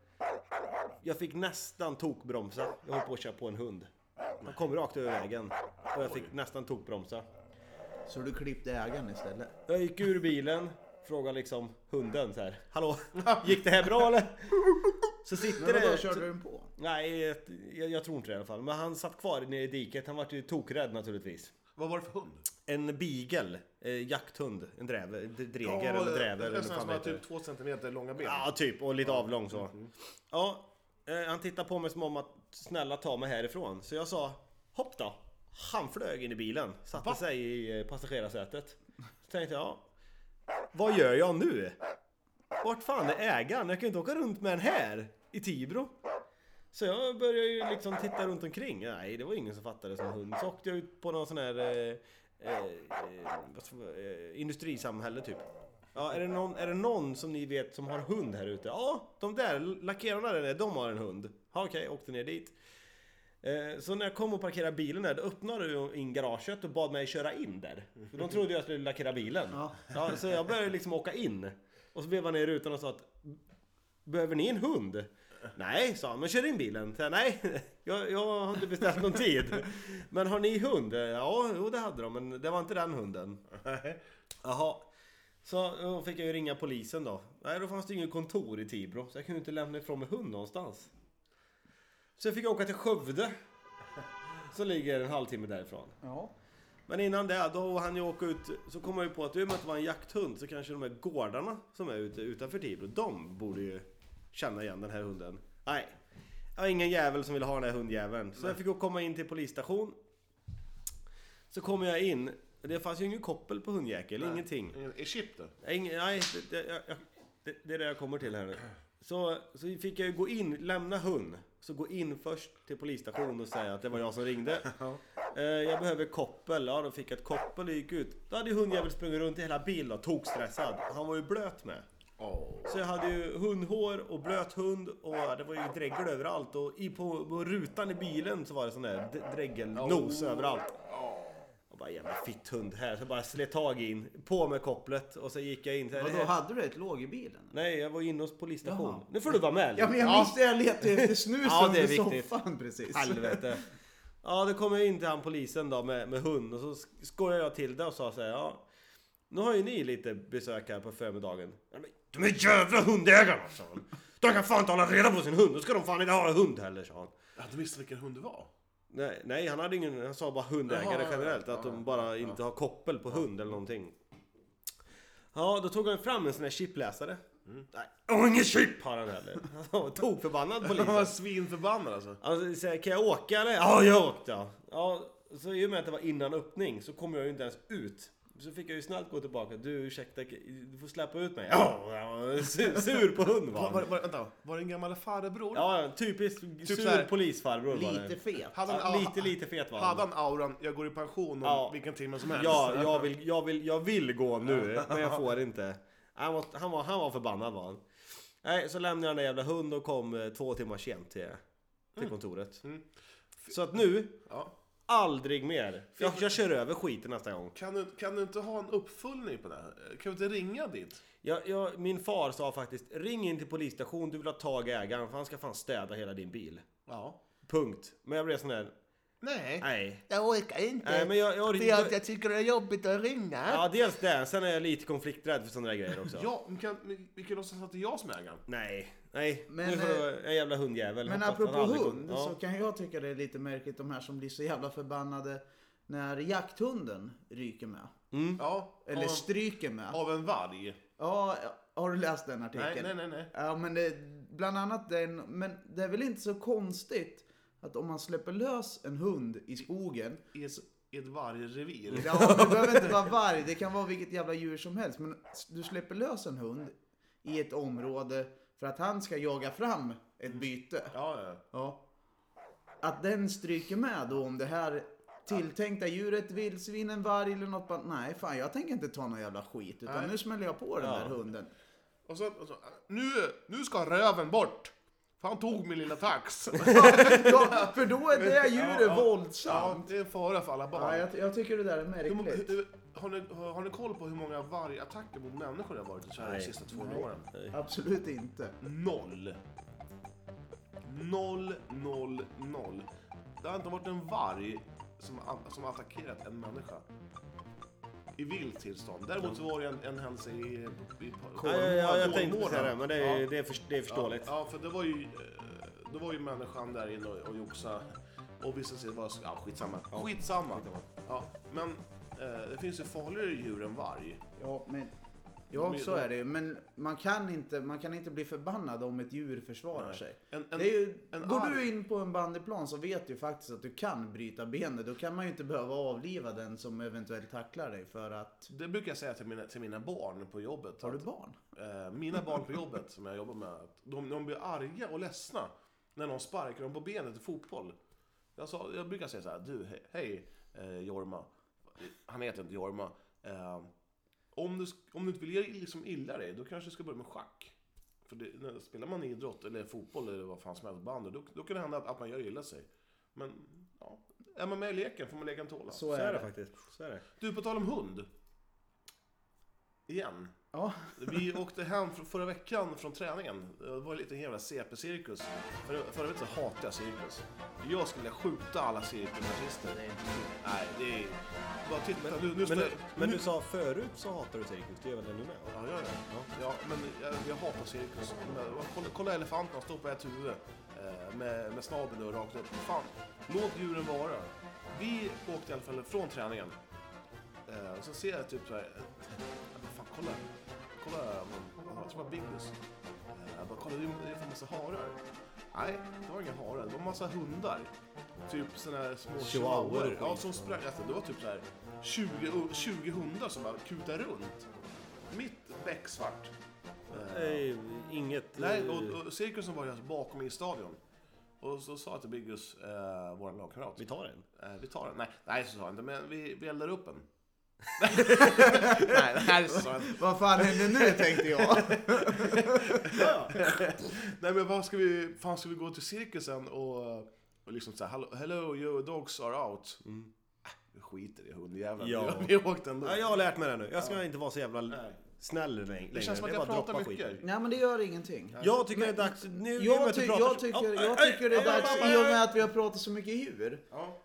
[SPEAKER 6] Jag fick nästan tokbromsa. Jag höll på att köra på en hund. Han kom rakt över vägen och jag fick nästan tokbromsa.
[SPEAKER 4] Så du klippte ägaren istället?
[SPEAKER 6] Jag gick ur bilen, frågade liksom hunden så här. Hallå, gick det här bra eller? Så sitter
[SPEAKER 4] Men då
[SPEAKER 6] det...
[SPEAKER 4] körde du den på?
[SPEAKER 6] Nej, jag, jag tror inte det i alla fall. Men han satt kvar nere i diket. Han vart ju tokrädd naturligtvis.
[SPEAKER 3] Vad var det för hund?
[SPEAKER 6] En beagle, eh, jakthund, en dräve, d- dreger eller dräver eller
[SPEAKER 3] En
[SPEAKER 6] vad
[SPEAKER 3] sån här
[SPEAKER 6] fan
[SPEAKER 3] som
[SPEAKER 6] det
[SPEAKER 3] har
[SPEAKER 6] heter.
[SPEAKER 3] typ två centimeter långa ben.
[SPEAKER 6] Ja, typ. Och lite avlång så. Ja, eh, han tittade på mig som om att snälla ta mig härifrån. Så jag sa hopp då. Han flög in i bilen, satte sig i eh, passagerarsätet. Så tänkte jag, ja, vad gör jag nu? Vart fan är ägaren? Jag kan ju inte åka runt med den här i Tibro. Så jag började ju liksom titta runt omkring. Nej, det var ingen som fattade som hund. Så åkte jag ut på någon sån här eh, eh, eh, vad ska man- eh, industrisamhälle typ. Ja, är det, någon, är det någon som ni vet som har hund här ute? Ja, de där lackerarna där nere, de har en hund. Ja, okej, åkte ner dit. Eh, Så när jag kom och parkerade bilen där, då öppnade de in garaget och bad mig köra in där. För de trodde jag skulle lackera bilen.
[SPEAKER 4] Ja.
[SPEAKER 6] Ja, så jag började liksom åka in. Och så vevade han ner rutan och sa att Behöver ni en hund? Nej, sa han, men kör in bilen. Så jag, Nej, jag, jag har inte beställt någon tid. Men har ni hund? Ja, jo, det hade de, men det var inte den hunden. Jaha. Så då fick jag ju ringa polisen då. Nej, då fanns det inget kontor i Tibro, så jag kunde inte lämna ifrån mig hund någonstans. Så jag fick åka till Skövde. Som ligger en halvtimme därifrån.
[SPEAKER 4] Ja.
[SPEAKER 6] Men innan det, då hann jag åka ut, så kom jag ju på att i och med att det var en jakthund så kanske de här gårdarna som är ute utanför Tibro, de borde ju känna igen den här hunden. Nej, jag har ingen jävel som vill ha den här hundjäveln. Så jag fick gå komma in till polisstation. Så kommer jag in, det fanns ju ingen koppel på hundjäkel, ingenting.
[SPEAKER 3] Är chip då?
[SPEAKER 6] Nej, Ingen, nej, det, det, jag- jag, det, det är det jag kommer till här nu. Så, så fick jag ju gå in, lämna hund. Så gå in först till polisstationen och säga att det var jag som ringde. Eh, jag behöver koppel. Ja, då fick jag ett koppel och gick ut. Då hade ju hundjäveln sprungit runt i hela bilen och tokstressad. Han var ju blöt med.
[SPEAKER 3] Åh.
[SPEAKER 6] Så jag hade ju hundhår och blöt hund och det var ju dregel överallt och i på, på rutan i bilen så var det sån där d- dregelnos
[SPEAKER 4] Oh.
[SPEAKER 6] överallt. Och bara jävla fitthund här. Så bara slet tag in, på med kopplet och så gick jag in. Så här,
[SPEAKER 4] Vadå, hade du ett låg i bilen?
[SPEAKER 6] Nej, jag var inne hos polisstation.
[SPEAKER 4] Jaha.
[SPEAKER 6] Nu får du vara med.
[SPEAKER 4] Ja men jag minns det, jag letade efter snus
[SPEAKER 6] Ja, det är
[SPEAKER 4] under
[SPEAKER 6] viktigt.
[SPEAKER 4] soffan precis.
[SPEAKER 6] Helvete. Ja, då kom jag in till han polisen då med, med hund och så sk- skojade jag till det och sa så här, ja. Nu har ju ni lite besök här på förmiddagen. Ja, men De är jävla hundägarna, sa han. De kan fan inte hålla reda på sin hund. Då ska de fan inte ha en hund heller, sa han.
[SPEAKER 3] Ja, du visste vilken hund det var?
[SPEAKER 6] Nej, nej han hade ingen, han sa bara hundägare
[SPEAKER 3] Jaha,
[SPEAKER 6] generellt.
[SPEAKER 3] ja,
[SPEAKER 6] Att de bara inte har koppel på hund eller någonting. Ja, då tog han fram en sån här chipläsare.
[SPEAKER 3] Mm.
[SPEAKER 6] Nej, jag har ingen chip har han heller. Han var tokförbannad
[SPEAKER 3] Han var
[SPEAKER 6] polisen.
[SPEAKER 3] svinförbannad alltså.
[SPEAKER 6] Alltså, så här, kan jag åka eller? Ja, jag åkte. ja. Ja, så i och med att det var innan öppning så kom jag ju inte ens ut. Så fick jag ju snällt gå tillbaka. Du ursäkta, du får släppa ut mig. Ja, jag var sur, sur på hund var
[SPEAKER 3] Var,
[SPEAKER 6] han.
[SPEAKER 3] var, var, vänta, var det en gammal farbror?
[SPEAKER 6] Ja, typiskt
[SPEAKER 3] så
[SPEAKER 6] sur
[SPEAKER 3] här,
[SPEAKER 6] polisfarbror var det.
[SPEAKER 4] Lite fet.
[SPEAKER 3] Hade
[SPEAKER 6] Ja,
[SPEAKER 3] han,
[SPEAKER 6] lite, lite fet var
[SPEAKER 3] hade han auran, jag går i pension om
[SPEAKER 6] Ja.
[SPEAKER 3] vilken timme som helst?
[SPEAKER 6] Ja, jag vill, jag vill, jag vill gå nu, men jag får inte. Han var, han var, han var förbannad var han. Nej, så lämnade jag den där jävla hunden och kom eh, två timmar sent till, till kontoret. Så att nu,
[SPEAKER 3] Ja.
[SPEAKER 6] aldrig mer. Jag, jag kör över skiten nästa gång.
[SPEAKER 3] Kan du, kan du inte ha en uppföljning på det här? Kan du inte ringa dit?
[SPEAKER 6] Jag, jag, min far sa faktiskt, ring in till polisstation, du vill ha tag i ägaren för han ska fan städa hela din bil.
[SPEAKER 3] Ja.
[SPEAKER 6] Punkt. Men jag blev sån där,
[SPEAKER 3] Nej.
[SPEAKER 6] nej.
[SPEAKER 3] Jag orkar inte.
[SPEAKER 6] Nej men jag, jag, jag,
[SPEAKER 3] tycker det är jobbigt att ringa. Ja,
[SPEAKER 6] Ja dels det, sen är jag lite konflikträdd för sådana där grejer också.
[SPEAKER 3] men kan, men vi kan låtsas att det är jag som är ägaren.
[SPEAKER 6] Nej, nej.
[SPEAKER 4] Men,
[SPEAKER 6] nu får det
[SPEAKER 4] eh,
[SPEAKER 6] vara en jävla hundjävel.
[SPEAKER 4] Men
[SPEAKER 6] Han fattar
[SPEAKER 4] apropå
[SPEAKER 6] aldrig-
[SPEAKER 4] hund
[SPEAKER 6] ja.
[SPEAKER 4] så kan jag tycka det är lite märkligt de här som blir så jävla förbannade när jakthunden ryker med.
[SPEAKER 6] Mm.
[SPEAKER 3] Ja,
[SPEAKER 4] Eller
[SPEAKER 3] av,
[SPEAKER 4] stryker med.
[SPEAKER 3] av en varg.
[SPEAKER 4] Ja, har du läst den artikeln?
[SPEAKER 3] Nej, nej, nej, nej.
[SPEAKER 4] Ja, men det, bland annat den. Men det är väl inte så konstigt att om man släpper lös en hund i skogen.
[SPEAKER 3] I ett, i ett vargrevir.
[SPEAKER 4] Ja, det behöver inte vara varg. Det kan vara vilket jävla djur som helst. Men du släpper lös en hund i ett område för att han ska jaga fram ett byte.
[SPEAKER 3] Ja, ja.
[SPEAKER 4] Ja. Att den stryker med då om det här tilltänkta djuret, vildsvin, en varg eller något. bara, Nej, fan jag tänker inte ta någon jävla skit. Utan nu smäller jag på den där hunden.
[SPEAKER 3] Och så, och så nu, nu ska röven bort! För han tog min lilla tax.
[SPEAKER 4] Ja, för då är det djuret våldsamt.
[SPEAKER 3] ja, det är en fara för alla barn.
[SPEAKER 4] Ja, jag, jag tycker det där är
[SPEAKER 3] Hur många-
[SPEAKER 4] märkligt.
[SPEAKER 3] hur- har, ni, har, har ni koll på hur många vargattacker mot människor det har varit i Sverige de sista 200 åren?
[SPEAKER 4] Absolut inte.
[SPEAKER 3] Noll. Noll, noll, noll. Det har inte varit en varg som, a- som har attackerat en människa. I vilt tillstånd. Däremot så var det en, en händelse i... i, i
[SPEAKER 6] Ja, ja, ja,
[SPEAKER 3] Kolmården.
[SPEAKER 6] jag tänkte säga det, men det är,
[SPEAKER 3] Ja.
[SPEAKER 6] det är, för, det är förståeligt.
[SPEAKER 3] Ja, ja, för det var ju, eh, det var ju människan där inne och, och joxade. Och visade sig vara... Ja, skitsamma. Skitsamma. Ja, men eh, det finns ju farligare djur än varg.
[SPEAKER 4] Ja, men... Ja, så är det ju. Men man kan, inte, man kan inte bli förbannad om ett djur försvarar sig.
[SPEAKER 3] En- en-
[SPEAKER 4] det är ju,
[SPEAKER 3] en
[SPEAKER 4] går
[SPEAKER 3] arg-
[SPEAKER 4] du in på en bandyplan så vet du faktiskt att du kan bryta benet. Då kan man ju inte behöva avliva den som eventuellt tacklar dig för att...
[SPEAKER 3] Det brukar jag säga till mina, till mina barn på jobbet.
[SPEAKER 4] Har du
[SPEAKER 3] att-
[SPEAKER 4] barn?
[SPEAKER 3] eh, mina barn på jobbet som jag jobbar med, att de, de blir arga och ledsna när någon sparkar dem på benet i fotboll. Jag, sa, jag brukar säga så här, du, he- hej eh, Jorma. Han heter inte Jorma. Eh, om, du, sk- om du inte vill göra liksom illa dig, då kanske du ska börja med schack. För det, när, spelar man idrott eller fotboll eller vad fan som helst, bandy, då, då kan det hända att, att man gör illa sig. Men, ja. Är man med i leken får man lägga en tåla.
[SPEAKER 4] Så
[SPEAKER 6] Så
[SPEAKER 4] är
[SPEAKER 6] är det
[SPEAKER 4] det.
[SPEAKER 6] faktiskt. Så är det.
[SPEAKER 3] Du, på tal om hund. Igen.
[SPEAKER 4] Ja.
[SPEAKER 3] Vi åkte hem fr- förra veckan från träningen. Det var lite jävla CP-cirkus. Förra, förra veckan så hatade jag cirkus. Jag skulle skjuta alla cirkusartister. Nej, det är... Bara titta, nu, nu
[SPEAKER 6] Men, du,
[SPEAKER 3] står-
[SPEAKER 6] men
[SPEAKER 3] nu-
[SPEAKER 6] du sa förut så hatar du cirkus, det gör väl du med?
[SPEAKER 3] Ja, jag gör det. Ja, men jag, jag hatar cirkus. Men, kolla, kolla elefanterna stå på ett huvud eh, med, med snabeln och rakt upp. Fan, låt djuren vara. Vi åkte i alla fall från träningen. Eh, och så ser jag typ så här... Jag bara, fan, kolla. Kolla, man, jag tror det var Biggles. Eh, jag bara, kolla, det är det är fan massa harar. Nej, det var inga harar. Det var massa hundar. Typ såna här små
[SPEAKER 6] Chihuahuor och
[SPEAKER 3] chihuahuor. Ja,
[SPEAKER 6] skit.
[SPEAKER 3] som sprang. Alltså, det var typ så här 20, u- 20 hundar som bara kutade runt. Mitt becksvart.
[SPEAKER 6] Nej, inget...
[SPEAKER 3] Nej,
[SPEAKER 6] eh,
[SPEAKER 3] och, och cirkusen var ju alltså bakom i stadion. Och så sa jag till Biggus, eh, vår lagkamrat,
[SPEAKER 6] Vi
[SPEAKER 3] vi,
[SPEAKER 6] tar en.
[SPEAKER 3] eh, vi tar den. Nej, nej, så sa jag inte, men vi, vi eldar upp den. nej, nej, så sa jag inte.
[SPEAKER 4] Vad fan händer nu tänkte jag.
[SPEAKER 3] Nej men vad ska vi, fan ska vi gå till cirkusen och, och liksom säga hello, hello your dogs are out. Äh, vi skiter i hundjäveln.
[SPEAKER 6] Ja.
[SPEAKER 3] Vi åkte ändå.
[SPEAKER 6] Ja, jag har lärt mig det nu. Jag ska inte vara så jävla snäll läng- längre.
[SPEAKER 3] det känns som att
[SPEAKER 6] är
[SPEAKER 3] jag
[SPEAKER 6] bara
[SPEAKER 3] pratar
[SPEAKER 6] droppa
[SPEAKER 3] mycket.
[SPEAKER 6] skiten.
[SPEAKER 4] Nej men det gör ingenting.
[SPEAKER 6] Jag tycker det är dags nu. i och med
[SPEAKER 4] Jag,
[SPEAKER 6] att du
[SPEAKER 4] ty-
[SPEAKER 6] pratar
[SPEAKER 4] jag,
[SPEAKER 6] så-
[SPEAKER 4] tycker,
[SPEAKER 6] Ja,
[SPEAKER 4] jag
[SPEAKER 6] aj,
[SPEAKER 4] tycker det är
[SPEAKER 6] aj,
[SPEAKER 4] dags,
[SPEAKER 6] aj, aj,
[SPEAKER 4] i och
[SPEAKER 6] aj.
[SPEAKER 4] med att vi har pratat så mycket djur.
[SPEAKER 3] Ja.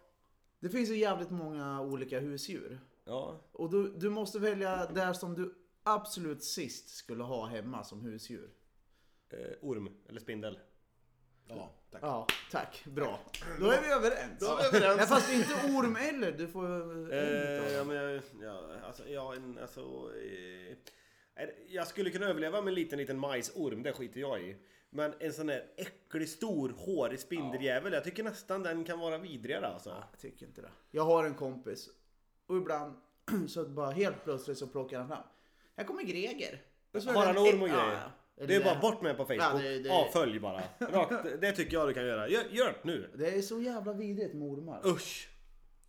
[SPEAKER 4] Det finns ju jävligt många olika husdjur.
[SPEAKER 6] Ja,
[SPEAKER 4] Och du, du måste välja där som du absolut sist skulle ha hemma som husdjur.
[SPEAKER 6] eh, orm eller spindel.
[SPEAKER 3] ja, tack.
[SPEAKER 4] Ja, tack. Bra. Då är vi överens.
[SPEAKER 3] Då är vi överens.
[SPEAKER 4] Nej, fast inte orm eller. Du får...
[SPEAKER 6] Eh, ja, men jag, ja, alltså, ja, en, alltså, eh, är- jag skulle kunna överleva med en liten, liten majsorm, det skiter jag i. Men en sån där äcklig, stor, hårig spindeljävel, jag tycker nästan den kan vara vidrigare alltså.
[SPEAKER 4] Jag tycker inte det. Jag har en kompis. Och ibland så bara helt plötsligt så plockar han fram. Här kommer Greger. Och så är
[SPEAKER 6] Har
[SPEAKER 4] det
[SPEAKER 6] han
[SPEAKER 4] en-
[SPEAKER 6] orm och
[SPEAKER 4] Ja,
[SPEAKER 6] grejer?
[SPEAKER 4] ja.
[SPEAKER 6] Det är bara bort med på Facebook.
[SPEAKER 4] Ja, det- det-
[SPEAKER 6] Avfölj bara. Rakt, det tycker jag du kan göra. Gör, gör det nu.
[SPEAKER 4] Det är så jävla vidrigt med ormar.
[SPEAKER 6] Usch.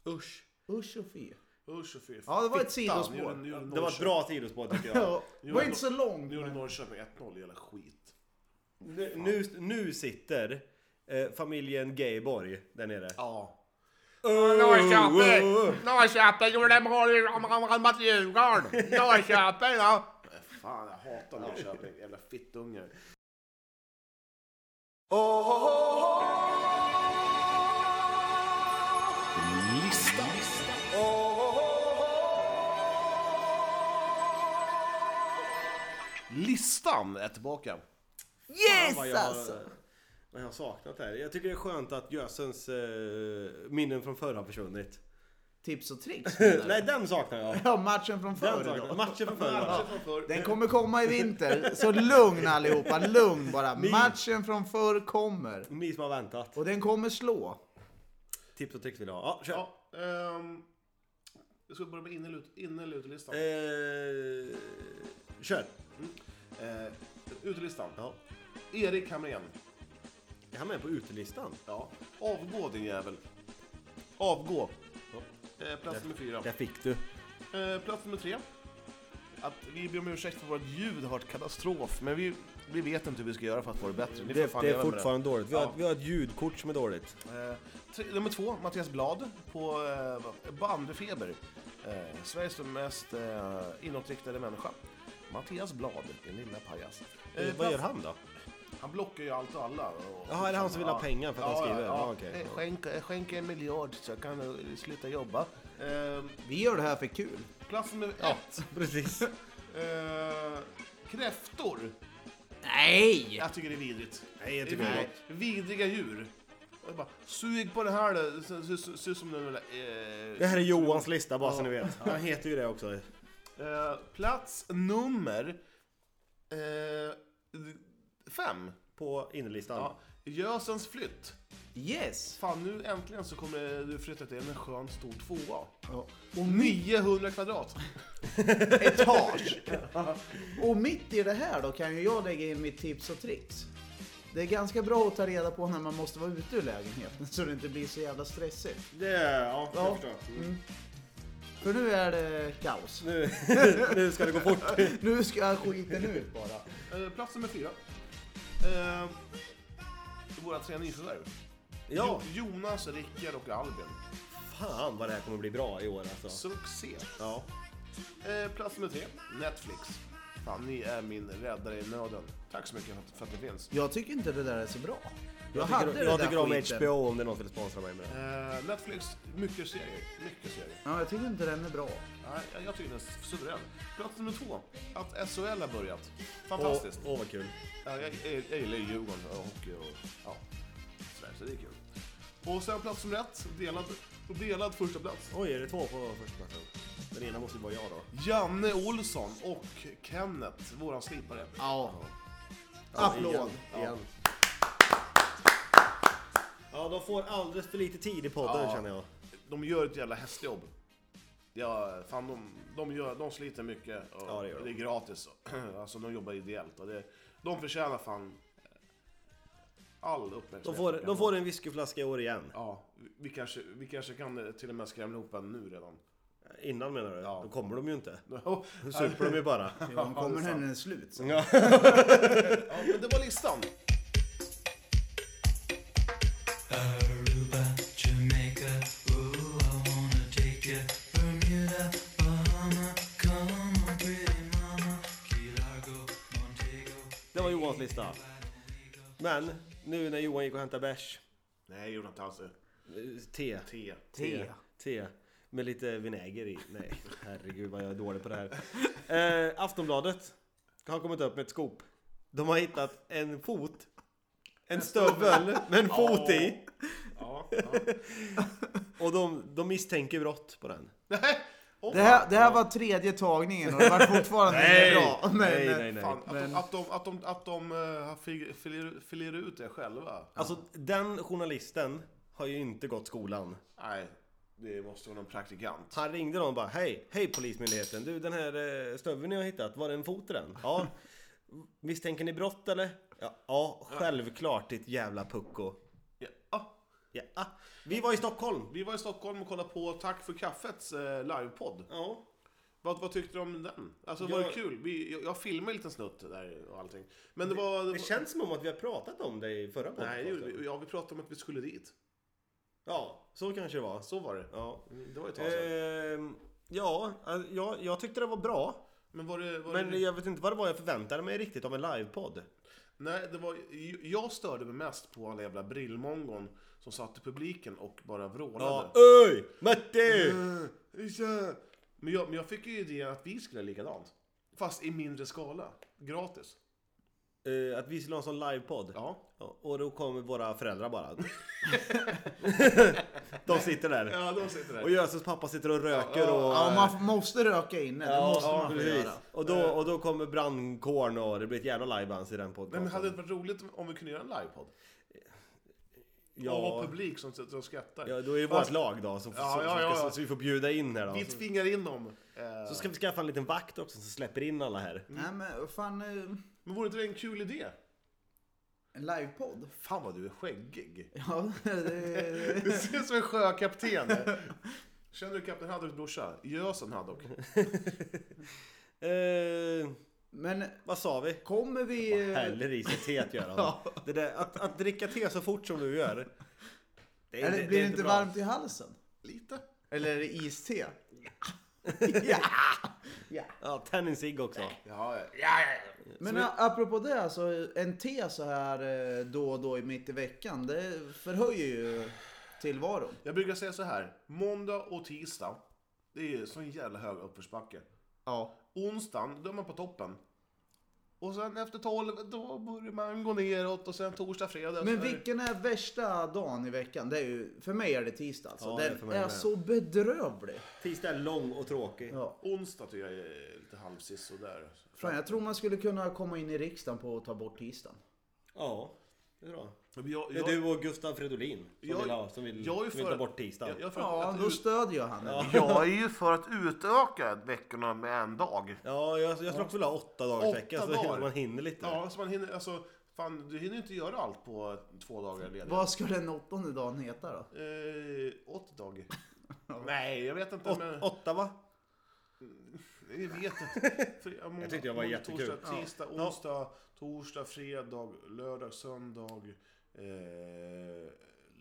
[SPEAKER 6] Usch.
[SPEAKER 4] Usch och fy.
[SPEAKER 3] Usch och fy.
[SPEAKER 4] Ja, det var ett
[SPEAKER 3] Fan,
[SPEAKER 4] sidospår.
[SPEAKER 3] nu gjorde- nu gjorde
[SPEAKER 6] Det var ett
[SPEAKER 3] Norrköping-
[SPEAKER 6] bra sidospår tycker jag.
[SPEAKER 4] Ja, det var inte så långt.
[SPEAKER 3] Nu gjorde
[SPEAKER 4] Men...
[SPEAKER 3] Norrköping 1-0, jävla skit.
[SPEAKER 6] Nu, nu, nu sitter eh, familjen Gayborg där nere. Oh,
[SPEAKER 3] Ja.
[SPEAKER 6] Norrköping!
[SPEAKER 3] Norrköping gjorde mål mot Djurgården. Norrköping ja. Fan, jag hatar Norrköping. Jävla fittungar. Listan är tillbaka.
[SPEAKER 6] Fan, vad jag,
[SPEAKER 4] alltså.
[SPEAKER 6] har- vad jag har saknat här. Jag tycker det är skönt att Gösens eh, minnen från förra har försvunnit.
[SPEAKER 4] Tips och tricks.
[SPEAKER 6] Nej, den saknar jag.
[SPEAKER 4] Ja, matchen från
[SPEAKER 6] Den
[SPEAKER 4] förr
[SPEAKER 6] saknar,
[SPEAKER 4] då.
[SPEAKER 6] matchen från förra.
[SPEAKER 4] Den kommer komma i vinter, så lugn allihopa, lugn bara. Matchen från förr kommer.
[SPEAKER 6] Ni som har väntat.
[SPEAKER 4] Och den kommer slå.
[SPEAKER 6] Tips och tricks vill jag ha. Ja, kör.
[SPEAKER 3] Ja, ehm, jag ska börja med in eller ut- in eller utelistan.
[SPEAKER 6] Eh, kör.
[SPEAKER 3] Eh, utelistan. Erik Hamrén.
[SPEAKER 6] Är han med på utelistan?
[SPEAKER 3] Ja. Avgå din jävel. Avgå. Eh, plats nummer fyra.
[SPEAKER 6] Där fick du.
[SPEAKER 3] Eh, plats nummer tre. Att vi ber om ursäkt för vårt ljud har varit katastrof, men vi, vi vet inte hur vi ska göra för att få det bättre. Ni får
[SPEAKER 6] Det,
[SPEAKER 3] fan
[SPEAKER 6] det är
[SPEAKER 3] leva med
[SPEAKER 6] fortfarande dåligt. Vi har,
[SPEAKER 3] Ja.
[SPEAKER 6] vi har ett ljudkort som är dåligt.
[SPEAKER 3] Eh, tre, nummer två, Mattias Blad på eh, Bandfeber. Eh, Sveriges mest eh, inåtriktade människa. Mattias Blad, den lilla pajas. Eh,
[SPEAKER 6] Eh, Vad
[SPEAKER 3] plats-
[SPEAKER 6] gör han då?
[SPEAKER 3] Han blockar ju allt och alla. Och
[SPEAKER 6] Jaha, är det han som vill ha pengar för att han skriver? Ja, okej.
[SPEAKER 3] Eh, Skänk, eh, skänk en miljard så jag kan eh, sluta jobba. Eh,
[SPEAKER 4] Vi gör det här för kul.
[SPEAKER 3] plats nummer ett.
[SPEAKER 6] Precis.
[SPEAKER 3] Eh, kräftor.
[SPEAKER 4] Nej!
[SPEAKER 3] Jag tycker det är vidrigt.
[SPEAKER 6] Nej, jag
[SPEAKER 3] Det
[SPEAKER 6] tycker
[SPEAKER 3] är
[SPEAKER 6] det är
[SPEAKER 3] vid- Vidriga djur. Och jag bara, sug på det här då. Så- så- så- Ser ut som den där... eh,
[SPEAKER 6] Det här är Johans lista bara så ni vet. Han heter ju det också.
[SPEAKER 3] Eh, plats nummer eh, fem.
[SPEAKER 6] På innerlistan.
[SPEAKER 3] Ja. Gösens flytt.
[SPEAKER 4] Yes!
[SPEAKER 3] Fan, nu äntligen så kommer du flytta till en skön stor tvåa.
[SPEAKER 4] Och
[SPEAKER 3] 900 kvadrat.
[SPEAKER 4] etage. Och mitt i det här då kan ju jag lägga in mitt tips och tricks. Det är ganska bra att ta reda på när man måste vara ute ur lägenheten så det inte blir så jävla stressigt.
[SPEAKER 6] Det, ja,
[SPEAKER 4] Ja. Mm. För nu är det kaos.
[SPEAKER 6] Nu, nu ska det gå fort.
[SPEAKER 4] Nu ska skiten ut bara.
[SPEAKER 3] Eh, plats nummer fyra. Eh, våra tre nyförvärv.
[SPEAKER 6] Ja,
[SPEAKER 3] Jo- Jonas, Rickard och Albin.
[SPEAKER 6] fan vad det här kommer bli bra i år alltså.
[SPEAKER 3] Succé.
[SPEAKER 6] Ja.
[SPEAKER 3] Eh, plats nummer tre. Netflix. Fan, ni är min räddare i nöden. Tack så mycket för att, för att ni finns.
[SPEAKER 4] Jag tycker inte det där är så bra.
[SPEAKER 6] Jag
[SPEAKER 4] hade
[SPEAKER 6] tycker,
[SPEAKER 4] det
[SPEAKER 6] jag
[SPEAKER 4] där
[SPEAKER 6] tycker om
[SPEAKER 4] skiten.
[SPEAKER 6] HBO om det är någon som vill sponsra mig med det.
[SPEAKER 3] Eh, Netflix, mycket serier. Mycket serier.
[SPEAKER 4] Ja, jag tycker inte den är bra.
[SPEAKER 3] Nej, jag- jag tycker den är suverän. Plats nummer två, att SHL har börjat.
[SPEAKER 6] Åh,
[SPEAKER 3] Fantastiskt.
[SPEAKER 6] åh, vad kul.
[SPEAKER 3] Ja, jag, jag, jag gillar ju Djurgården och hockey och ja, sådär, så det är kul. Och sen plats nummer ett, delad, delad första plats.
[SPEAKER 6] Oj, är det två på första platsen? Den ena måste ju vara jag då.
[SPEAKER 3] Janne Olsson och Kenneth, våran slipare.
[SPEAKER 4] Ja. Applåd.
[SPEAKER 6] Igen. Ja, de får alldeles för lite tid i podden
[SPEAKER 3] Ja.
[SPEAKER 6] känner jag.
[SPEAKER 3] De gör ett jävla hästjobb. Ja, fan de, de, gör, de sliter mycket och
[SPEAKER 6] Ja, det gör de.
[SPEAKER 3] är gratis. Alltså de jobbar ideellt och det, de förtjänar fan all uppmärksamhet.
[SPEAKER 6] De får, de får en whiskyflaska i år igen.
[SPEAKER 3] Ja, vi- vi kanske, vi kanske kan eh, till och med skrämma ihop en nu redan.
[SPEAKER 6] Innan menar du?
[SPEAKER 3] Ja.
[SPEAKER 6] Då kommer de ju inte.
[SPEAKER 3] ja,
[SPEAKER 6] Då super de ju bara.
[SPEAKER 4] Ja, de kommer när den är slut. så.
[SPEAKER 3] men det var listan.
[SPEAKER 1] Aruba, Jamaica, ooh, I wanna take ya. Bermuda, Bahama, come on, pretty mama. Key Largo, Montego.
[SPEAKER 6] Det var Johans lista. Men nu när Johan gick och hämtade bärs,
[SPEAKER 3] Nej, jag gjorde inte alls det.
[SPEAKER 6] eh, te,
[SPEAKER 3] T.
[SPEAKER 6] te, te med lite vinäger i. Nej, herregud vad jag är dålig på det här. Eh, Aftonbladet har kommit upp med ett skop. De har hittat en fot, en stövel med en fot i.
[SPEAKER 3] Ja, ja.
[SPEAKER 6] Och de, de misstänker brott på den.
[SPEAKER 3] Åh,
[SPEAKER 4] Det här, det här var tredje tagningen och det var fortfarande
[SPEAKER 6] Nej,
[SPEAKER 4] inte bra. Men, eh,
[SPEAKER 6] nej, nej, nej.
[SPEAKER 3] fan, att,
[SPEAKER 4] Men-
[SPEAKER 3] de, att de, att de, att de eh, fig- filer, filer ut det själva.
[SPEAKER 6] Alltså den journalisten har ju inte gått skolan.
[SPEAKER 3] Nej, det måste vara någon praktikant.
[SPEAKER 6] Han ringde någon och bara hej, hej polismyndigheten. Du den här eh, stöveln jag har hittat, var det en fot i den? Ja. Misstänker ni brott eller? Ja, ja självklart ditt jävla pucko.
[SPEAKER 3] Ja. ah,
[SPEAKER 6] Ja. ah. Vi var i Stockholm.
[SPEAKER 3] Vi var i Stockholm och kollade på Tack för kaffets eh, livepodd.
[SPEAKER 6] Ja.
[SPEAKER 3] Vad, vad tyckte du om den? Alltså var
[SPEAKER 6] Jag-
[SPEAKER 3] det kul? Vi, jag, jag filmade en liten snutt där och allting. Men det var...
[SPEAKER 6] Det känns som om att vi har pratat om det i förra
[SPEAKER 3] Nej,
[SPEAKER 6] podcasten.
[SPEAKER 3] det gjorde vi. Ja, vi pratade om att vi skulle dit.
[SPEAKER 6] Ja, så kanske det var.
[SPEAKER 3] Så var det.
[SPEAKER 6] Ja.
[SPEAKER 3] Mm, Det var ju ett tag sedan.
[SPEAKER 6] Ehm, ja, alltså, jag, jag tyckte det var bra.
[SPEAKER 3] Men var det... Var det...
[SPEAKER 6] Men jag vet inte vad det var jag förväntade mig riktigt av en livepodd.
[SPEAKER 3] Nej, det var... Jag störde mig mest på alla jävla brillmongon som satt i publiken och bara vrålade.
[SPEAKER 6] Öj! Alltså, Matti!
[SPEAKER 3] Eh, tja. Men, jag, men jag fick ju idén att vi skulle göra likadant. Fast i mindre skala. Gratis.
[SPEAKER 6] Eh, att vi skulle ha en sån livepodd.
[SPEAKER 3] Ja.
[SPEAKER 6] Ja, Och då kommer våra föräldrar bara. de sitter där.
[SPEAKER 3] Ja, de sitter där.
[SPEAKER 6] Och Jösses pappa sitter och röker och...
[SPEAKER 4] Ja, man f- måste röka inne. Det måste
[SPEAKER 6] ja,
[SPEAKER 4] man få
[SPEAKER 6] precis. Mm.
[SPEAKER 4] göra. Eh.
[SPEAKER 6] Och då, och då kommer brandkåren och det blir ett jävla lajbans i den
[SPEAKER 3] Nej,
[SPEAKER 6] podcasten.
[SPEAKER 3] men hade det inte varit roligt om vi kunde göra en livepodd? Ja. Och ha
[SPEAKER 6] ja,
[SPEAKER 3] publik som sitter och skrattar.
[SPEAKER 6] ja, då är det vårt lag då som,
[SPEAKER 3] Ja,
[SPEAKER 6] som,
[SPEAKER 3] ja, ja,
[SPEAKER 6] som,
[SPEAKER 3] ja.
[SPEAKER 6] som vi får bjuda in här då.
[SPEAKER 3] Vi tvingar in dem. Eh,
[SPEAKER 6] Så ska vi skaffa en liten vakt också som släpper in alla här.
[SPEAKER 4] Nej men fan, eh,
[SPEAKER 3] Men vore inte det en kul idé?
[SPEAKER 4] en livepodd?
[SPEAKER 3] Fan vad du är skäggig.
[SPEAKER 4] Ja, det,
[SPEAKER 3] Du ser ut som en sjökapten. Känner du kapten Haddocks brorsa? Jösen Haddock.
[SPEAKER 6] Eh,
[SPEAKER 4] men
[SPEAKER 6] vad sa vi?
[SPEAKER 4] kommer vi... eh,
[SPEAKER 6] Häller i sig teet gör han. det där, att, att dricka te så fort som du gör. Det är
[SPEAKER 4] eh, Eller
[SPEAKER 6] det
[SPEAKER 4] blir
[SPEAKER 6] är
[SPEAKER 4] det inte
[SPEAKER 6] bra.
[SPEAKER 4] varmt i halsen?
[SPEAKER 3] Lite.
[SPEAKER 4] Eller är det iste? ja! ja.
[SPEAKER 6] Ja, tänd en cigg också.
[SPEAKER 3] Ja, ja, ja. ja.
[SPEAKER 4] Men a- apropå det, alltså, en te så här eh, då och då i mitt i veckan, det förhöjer ju tillvaron.
[SPEAKER 3] Jag brukar säga så här. Måndag och tisdag. Det är sån jävla hög uppförsbacke.
[SPEAKER 4] Ja.
[SPEAKER 3] Onsdagen, då är man på toppen. Och sen efter tolv, då börjar man gå neråt. Och sen torsdag, fredag.
[SPEAKER 6] Alltså,
[SPEAKER 4] Men
[SPEAKER 3] så är-
[SPEAKER 4] vilken är värsta dagen i veckan? Det är ju, för mig är det tisdag alltså.
[SPEAKER 6] Ja, det är för
[SPEAKER 4] Den
[SPEAKER 6] mig
[SPEAKER 4] är
[SPEAKER 6] med.
[SPEAKER 4] så bedrövlig.
[SPEAKER 6] Tisdag är lång och tråkig.
[SPEAKER 4] Ja.
[SPEAKER 3] Onsdag tycker jag är lite halvsist sådär.
[SPEAKER 4] Fan, jag tror man skulle kunna komma in i riksdagen på att ta bort tisdagen.
[SPEAKER 6] Ja, det är bra.
[SPEAKER 3] Men jag,
[SPEAKER 6] Det är
[SPEAKER 3] jag,
[SPEAKER 6] du och Gustav Fridolin som
[SPEAKER 3] Jag-
[SPEAKER 6] vill, ha, som vill,
[SPEAKER 3] jag är
[SPEAKER 6] som vill
[SPEAKER 3] för-
[SPEAKER 6] ta bort tisdagen.
[SPEAKER 3] jag, jag, för
[SPEAKER 4] Ja,
[SPEAKER 3] att
[SPEAKER 4] då
[SPEAKER 3] ut-
[SPEAKER 4] stödjer jag henne.
[SPEAKER 3] Jag är ju för att utöka veckorna med en dag.
[SPEAKER 6] Ja, jag, jag skulle också vilja ha åtta dagars
[SPEAKER 3] Åtta
[SPEAKER 6] vecka så
[SPEAKER 3] dagar.
[SPEAKER 6] att man hinner lite.
[SPEAKER 3] Ja, så man hinner, alltså, fan, du hinner inte göra allt på två dagar ledigt.
[SPEAKER 4] Vad skulle den åttonde dagen heta då?
[SPEAKER 3] Eh, åtta dagar. Nej, jag vet inte.
[SPEAKER 6] Åt,
[SPEAKER 3] men,
[SPEAKER 6] Åtta va?
[SPEAKER 3] jag vet inte. Fre- måndag-
[SPEAKER 6] tyckte jag var
[SPEAKER 3] måndag,
[SPEAKER 6] jättekul.
[SPEAKER 3] Torsdag,
[SPEAKER 6] Ja.
[SPEAKER 3] tisdag, onsdag, torsdag, fredag, lördag, söndag, eh,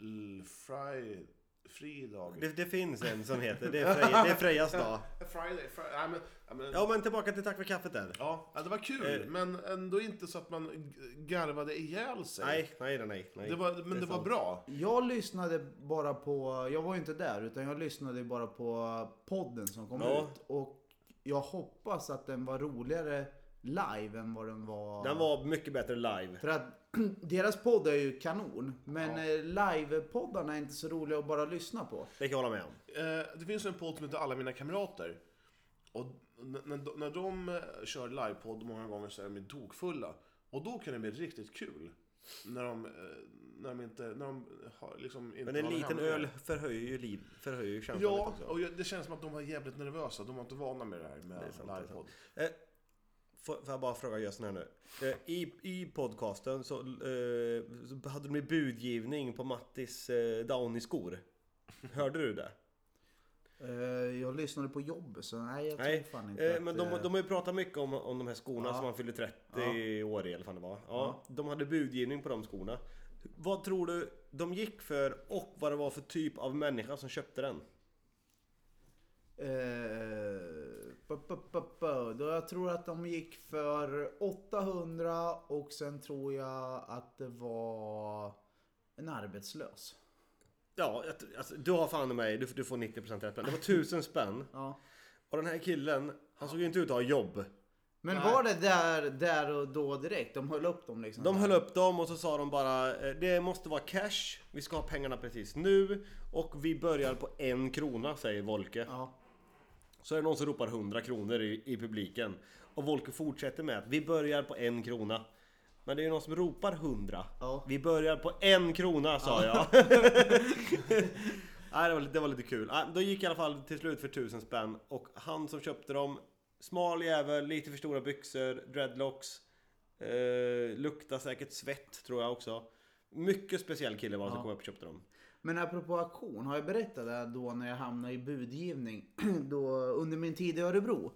[SPEAKER 3] l- fri, fridag.
[SPEAKER 6] Det, det finns en som heter Det är, Freja, det är Frejas dag.
[SPEAKER 3] Friday, Friday. Nej, men, ja, men,
[SPEAKER 6] Ja, Eh. men tillbaka till Tack för kaffet där.
[SPEAKER 3] ja, ja, det var kul, men ändå inte så att man g- garvade ihjäl sig.
[SPEAKER 6] Nej, nej, nej, nej. nej.
[SPEAKER 3] Det var, men det,
[SPEAKER 6] är
[SPEAKER 3] var
[SPEAKER 6] sant.
[SPEAKER 3] bra.
[SPEAKER 4] Jag lyssnade bara på, jag var ju inte där, utan jag lyssnade bara på podden som kom
[SPEAKER 6] Ja.
[SPEAKER 4] ut. Och jag hoppas att den var roligare live än vad den var...
[SPEAKER 6] Den var mycket bättre live.
[SPEAKER 4] För att deras podd är ju kanon, men eh, livepoddarna är inte så roliga att bara lyssna på.
[SPEAKER 6] Det kan jag hålla med om.
[SPEAKER 3] Eh, det finns en podd som heter Alla mina kamrater. Och n- när, de- när de eh, kör livepodd många gånger så är de ju tokfulla. Och då kan det bli riktigt kul. När de, eh, när de inte, när de har liksom inte
[SPEAKER 6] Men en
[SPEAKER 3] har
[SPEAKER 6] liten
[SPEAKER 3] hämningar.
[SPEAKER 6] öl förhöjer ju, liv, förhöjer ju känslan lite
[SPEAKER 3] Ja,
[SPEAKER 6] också.
[SPEAKER 3] och jag- det känns som att de var jävligt nervösa. De var inte vana med det här med
[SPEAKER 6] är sant, det är
[SPEAKER 3] livepodd.
[SPEAKER 6] Eh, Får, får jag bara fråga Jösen här nu? Eh, I, I podcasten så, eh, så hade de ju budgivning på Mattis eh, Downy-skor. Hörde du det?
[SPEAKER 4] Eh, Jag lyssnade på jobbet, så nej jag tror
[SPEAKER 6] Nej,
[SPEAKER 4] fan inte
[SPEAKER 6] eh,
[SPEAKER 4] att,
[SPEAKER 6] men de,
[SPEAKER 4] eh,
[SPEAKER 6] de har ju pratat mycket om, om de här skorna
[SPEAKER 4] Ja.
[SPEAKER 6] som han fyllde 30 år i eller vad det var. Ja,
[SPEAKER 4] Ja.
[SPEAKER 6] De hade budgivning på de skorna. Vad tror du de gick för och vad det var för typ av människa som köpte den?
[SPEAKER 4] Eh, bu- bu- bu- bu. Då jag tror att de gick för 800 och sen tror jag att det var en arbetslös.
[SPEAKER 6] Ja, jag tr- alltså, du har fan i mig, du, du får 90% rätt. men Det var 1000 spänn.
[SPEAKER 4] Ja.
[SPEAKER 6] Och den här killen, han såg ju inte ut att ha jobb.
[SPEAKER 4] Men var det där, där och då direkt? De höll upp dem liksom?
[SPEAKER 6] De höll upp dem och så sa de bara eh, Det måste vara cash Vi ska ha pengarna precis nu Och vi börjar på en krona säger Volke
[SPEAKER 4] Ja.
[SPEAKER 6] Så är det någon som ropar 100 kronor i, i publiken Och Volke fortsätter med att vi börjar på en krona Men det är ju någon som ropar 100
[SPEAKER 4] Ja.
[SPEAKER 6] Vi börjar på en krona sa jag Nej, det, var, lite- det var lite kul Nej, Då gick i alla fall till slut för 1000 spänn Och han som köpte dem Smal jävel, lite för stora byxor, dreadlocks Eh, luktar säkert svett tror jag också. Mycket speciell kille var det som kom upp och köpte dem.
[SPEAKER 4] Men apropå auktion, har jag berättat det här då när jag hamnade i budgivning då, under min tid i Örebro?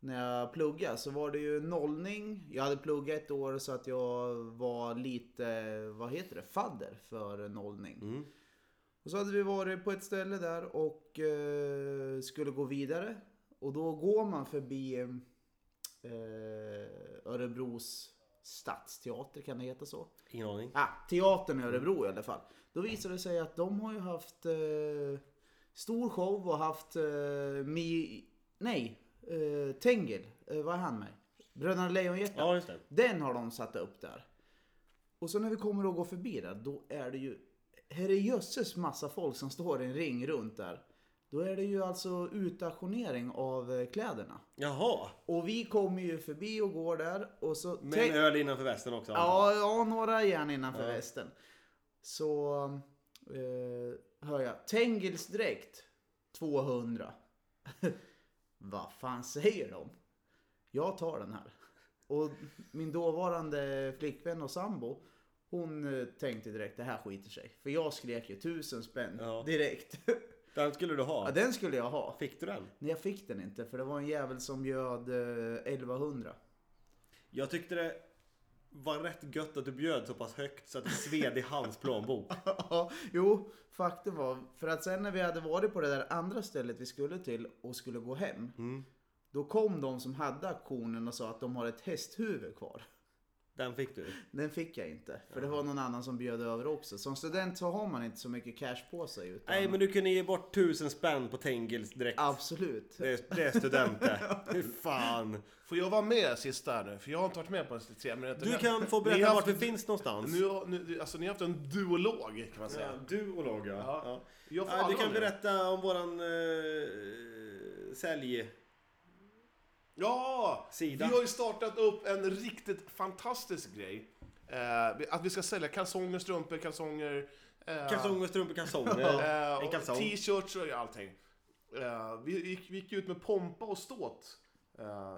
[SPEAKER 4] När jag pluggade så var det ju nollning. Jag hade pluggat ett år så att jag var lite, vad heter det, fadder för nollning. Och så hade vi varit på ett ställe där och eh, skulle gå vidare. Och då går man förbi eh, Örebros stadsteater, kan det heta så?
[SPEAKER 6] Ingen aning.
[SPEAKER 4] Ah, teatern i Örebro i alla fall. Då visade det sig att de har ju haft eh, stor show och haft eh, Mi... Nej, eh, Tengil. Eh, vad är han med? Bröderna Lejonhjärta.
[SPEAKER 6] Ja, just det.
[SPEAKER 4] Den har de satt upp där. Och så när vi kommer att gå förbi där, då är det ju herrejösses massa folk som står i en ring runt där. Då är det ju alltså utauktionering av eh, kläderna.
[SPEAKER 6] Jaha!
[SPEAKER 4] Och vi kommer ju förbi och går där och så...
[SPEAKER 6] Med
[SPEAKER 4] tänk-
[SPEAKER 6] en öl innanför västen också. antar
[SPEAKER 4] Ja, ja några järn innanför västen. Så eh, hör jag Tengils dräkt 200. Vad fan säger de? Jag tar den här. Och min dåvarande flickvän och sambo hon eh, tänkte direkt det här skiter sig. För jag skrek ju tusen spänn
[SPEAKER 6] Ja.
[SPEAKER 4] direkt.
[SPEAKER 6] jag. Den skulle du ha.
[SPEAKER 4] ja, den skulle jag ha.
[SPEAKER 6] Fick du den?
[SPEAKER 4] Nej, jag fick den inte för det var en jävel som bjöd eh, 1100.
[SPEAKER 6] Jag tyckte det var rätt gött att du bjöd så pass högt så att det sved i hans plånbok.
[SPEAKER 4] Ja, jo, faktum var, för att sen när vi hade varit på det där andra stället vi skulle till och skulle gå hem.
[SPEAKER 6] Mm.
[SPEAKER 4] Då kom de som hade auktionen och sa att de har ett hästhuvud kvar.
[SPEAKER 6] Den fick du.
[SPEAKER 4] Den fick jag inte, för det var någon annan som bjöd över också. Som student så har man inte så mycket cash på sig. Utan
[SPEAKER 6] Nej, men du kunde ge bort tusen spänn på Tengils direkt.
[SPEAKER 4] Absolut.
[SPEAKER 6] Det är, det är student det. Hur fan.
[SPEAKER 3] Får jag vara med sist där nu? För jag har inte varit med på de tre minuter.
[SPEAKER 6] Du kan få
[SPEAKER 3] Ni har
[SPEAKER 6] berätta vart
[SPEAKER 3] haft-
[SPEAKER 6] vi finns någonstans.
[SPEAKER 3] Nu, har- nu, alltså ni har haft en duolog kan man säga.
[SPEAKER 6] du och Logga.
[SPEAKER 3] Ja.
[SPEAKER 6] Ja.
[SPEAKER 3] Jag får
[SPEAKER 6] Ja, du
[SPEAKER 3] aldrig
[SPEAKER 6] kan
[SPEAKER 3] vara med.
[SPEAKER 6] berätta om våran eh, sälj...
[SPEAKER 3] Ja!
[SPEAKER 6] Sida.
[SPEAKER 3] Vi har ju startat upp en riktigt fantastisk grej. Eh, vi- att vi ska sälja kalsonger, strumpor, kalsonger. Eh,
[SPEAKER 6] Kalsonger, strumpor, kalsonger.
[SPEAKER 3] eh,
[SPEAKER 6] en
[SPEAKER 3] och
[SPEAKER 6] kalsong.
[SPEAKER 3] T-shirts och allting. Eh, vi, gick, vi gick ut med pompa och ståt eh, eh,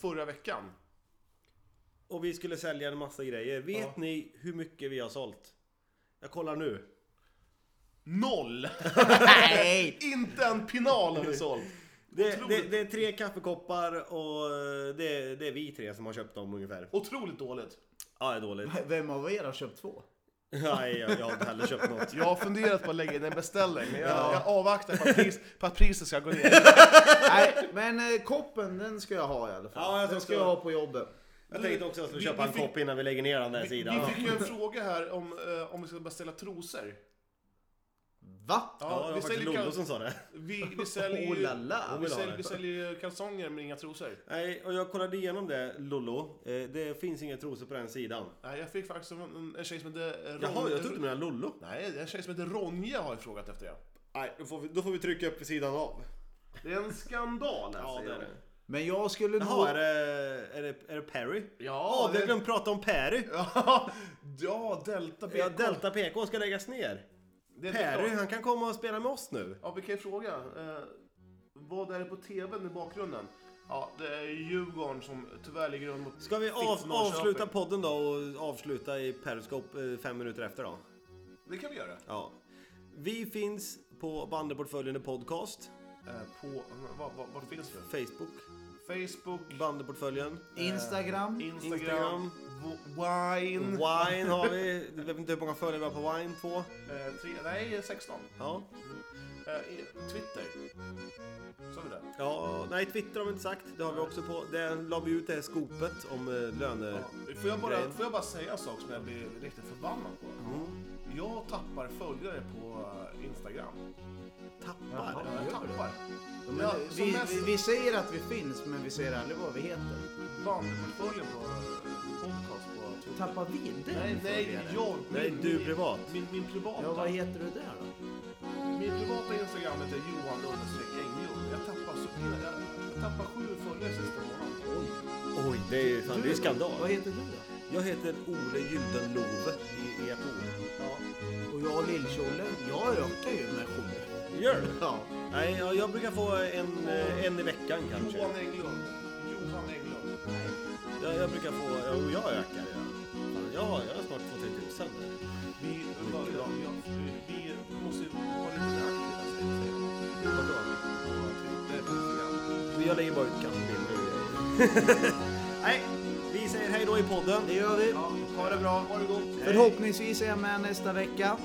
[SPEAKER 3] förra veckan.
[SPEAKER 6] Och vi skulle sälja en massa grejer. Vet
[SPEAKER 3] Ja.
[SPEAKER 6] ni hur mycket vi har sålt? Jag kollar nu.
[SPEAKER 3] Noll!
[SPEAKER 4] Nej!
[SPEAKER 3] Inte en pinal har vi sålt.
[SPEAKER 6] Det, det,
[SPEAKER 3] Otroligt.
[SPEAKER 6] det är tre kaffekoppar och eh, det, det är vi tre som har köpt dem ungefär.
[SPEAKER 3] Otroligt dåligt.
[SPEAKER 6] Ja, det är dåligt.
[SPEAKER 4] Vem av er har köpt två?
[SPEAKER 6] Nej, jag, jag har inte heller köpt något.
[SPEAKER 3] Jag har funderat på att lägga in en beställning, men jag, jag avvaktar på att, pris, på att priset ska gå ner.
[SPEAKER 4] Nej, men eh, koppen den ska jag ha i alla fall.
[SPEAKER 6] Ja, jag
[SPEAKER 4] den
[SPEAKER 6] tror
[SPEAKER 4] ska jag
[SPEAKER 6] så.
[SPEAKER 4] ha på jobbet.
[SPEAKER 6] Jag tänkte också att jag skulle
[SPEAKER 3] Vi-
[SPEAKER 6] köpa
[SPEAKER 3] vi
[SPEAKER 6] en
[SPEAKER 3] fick-
[SPEAKER 6] kopp innan vi lägger ner den där
[SPEAKER 3] Vi,
[SPEAKER 6] sidan.
[SPEAKER 3] vi fick ju en fråga här om, eh, om vi ska beställa trosor.
[SPEAKER 4] Va?
[SPEAKER 3] Ja,
[SPEAKER 6] Ja, det var
[SPEAKER 3] vi,
[SPEAKER 6] faktiskt
[SPEAKER 3] säljer kal-
[SPEAKER 6] Lollo som sa det.
[SPEAKER 3] vi, vi säljer ju
[SPEAKER 4] Oh la la.
[SPEAKER 3] vi
[SPEAKER 6] vill ha
[SPEAKER 3] säljer,
[SPEAKER 6] det.
[SPEAKER 3] vi säljer ju kalsonger men inga trosor.
[SPEAKER 6] Nej, och jag kollade igenom det, Lollo. Eh, Det finns inga trosor på den sidan.
[SPEAKER 3] Nej, jag fick faktiskt en- en, en tjej som hette Ron-
[SPEAKER 6] Jaha, jag trodde du menade Lollo.
[SPEAKER 3] Nej, en tjej som heter Ronja har ju frågat efter det.
[SPEAKER 6] Nej, då får, vi, då får vi trycka upp sidan av.
[SPEAKER 3] Det är en skandal
[SPEAKER 6] Ja, det är det.
[SPEAKER 4] Men jag skulle nog...
[SPEAKER 6] Jaha, är det, är det, är det Perry?
[SPEAKER 3] Ja,
[SPEAKER 6] Ja, vi har
[SPEAKER 3] det-
[SPEAKER 6] glömt prata om Perry.
[SPEAKER 3] Ja, ja, Delta BK.
[SPEAKER 6] Ja, Delta PK ska läggas ner.
[SPEAKER 3] Det är
[SPEAKER 6] Perry,
[SPEAKER 3] klart.
[SPEAKER 6] han kan komma och spela med oss nu.
[SPEAKER 3] Ja, vi kan ju fråga. Eh, vad är det på tvn i bakgrunden? Ja, det är Djurgården som tyvärr ligger under mot...
[SPEAKER 6] Ska vi
[SPEAKER 3] Fitt
[SPEAKER 6] av,
[SPEAKER 3] Norrköping.
[SPEAKER 6] avsluta podden då och avsluta i Periscope eh, fem minuter efter då?
[SPEAKER 3] Det kan vi göra.
[SPEAKER 6] Ja. Vi finns på Bandyportföljen i podcast,
[SPEAKER 3] Eh, på... Vad, vad, vad finns det?
[SPEAKER 6] Facebook,
[SPEAKER 3] Facebook,
[SPEAKER 6] Bandyportföljen,
[SPEAKER 4] Instagram?
[SPEAKER 3] Instagram,
[SPEAKER 6] Instagram.
[SPEAKER 3] W- Wine.
[SPEAKER 6] Wine har vi. Jag vet inte hur många följare vi har på Wine, två.
[SPEAKER 3] Eh, tre, nej, 16.
[SPEAKER 6] Ja.
[SPEAKER 3] Eh, i- Twitter. Sa vi det?
[SPEAKER 6] ja, nej Twitter har vi inte sagt. Det har vi också på. Där la vi ut det här skopet om eh, löner.
[SPEAKER 3] Ja. Får, jag bara,
[SPEAKER 6] Grejen.
[SPEAKER 3] får jag bara säga en sak som jag blir riktigt förbannad på?
[SPEAKER 4] Mm.
[SPEAKER 3] Jag tappar följare på eh, Instagram.
[SPEAKER 6] Tappar.
[SPEAKER 4] Ja, gör
[SPEAKER 3] jag tappar.
[SPEAKER 4] Men
[SPEAKER 3] Ja,
[SPEAKER 4] vi,
[SPEAKER 3] som
[SPEAKER 4] vi,
[SPEAKER 3] mest-
[SPEAKER 4] vi säger att vi finns, men vi säger aldrig vad vi heter.
[SPEAKER 3] Bandportföljen på eh, podcast på Twitter.
[SPEAKER 4] Tappar vi den
[SPEAKER 3] Nej, nej,
[SPEAKER 4] följaren?
[SPEAKER 3] jag.
[SPEAKER 6] Nej,
[SPEAKER 3] min-
[SPEAKER 6] du
[SPEAKER 3] min-
[SPEAKER 6] privat.
[SPEAKER 3] Min, min privata.
[SPEAKER 4] Ja, vad heter du där då?
[SPEAKER 3] Min privata Instagram heter Johan understreck Englund. Jag tappar så jag, jag tappar sju följare sista månaden.
[SPEAKER 6] Oj, det är ju fan, det är ju
[SPEAKER 4] Vad
[SPEAKER 6] skandal.
[SPEAKER 4] heter du då?
[SPEAKER 6] Jag heter Ole Gyldenlove i EPO.
[SPEAKER 4] Och jag Lill-Tjolle, jag ökar ju med sju.
[SPEAKER 6] Gör du?
[SPEAKER 4] Ja.
[SPEAKER 6] Nej, ja, jag brukar få en, eh, en i veckan kanske.
[SPEAKER 3] Johan Englund. Johan Englund.
[SPEAKER 6] Jag, jag brukar få, jo jag ökar ja. Fan, jag, har- jag har snart fått 30 000.
[SPEAKER 3] Vi, ja, ja, ja, vi måste ju vara lite aktiva, säger säger de.
[SPEAKER 6] Vadå?
[SPEAKER 3] Det är ett program.
[SPEAKER 6] Jag lägger bara ut kattbilder. Nej, vi säger hej då i podden.
[SPEAKER 4] Det gör vi.
[SPEAKER 3] Ja, ha det bra. Ha det gott.
[SPEAKER 4] Förhoppningsvis är jag med nästa vecka.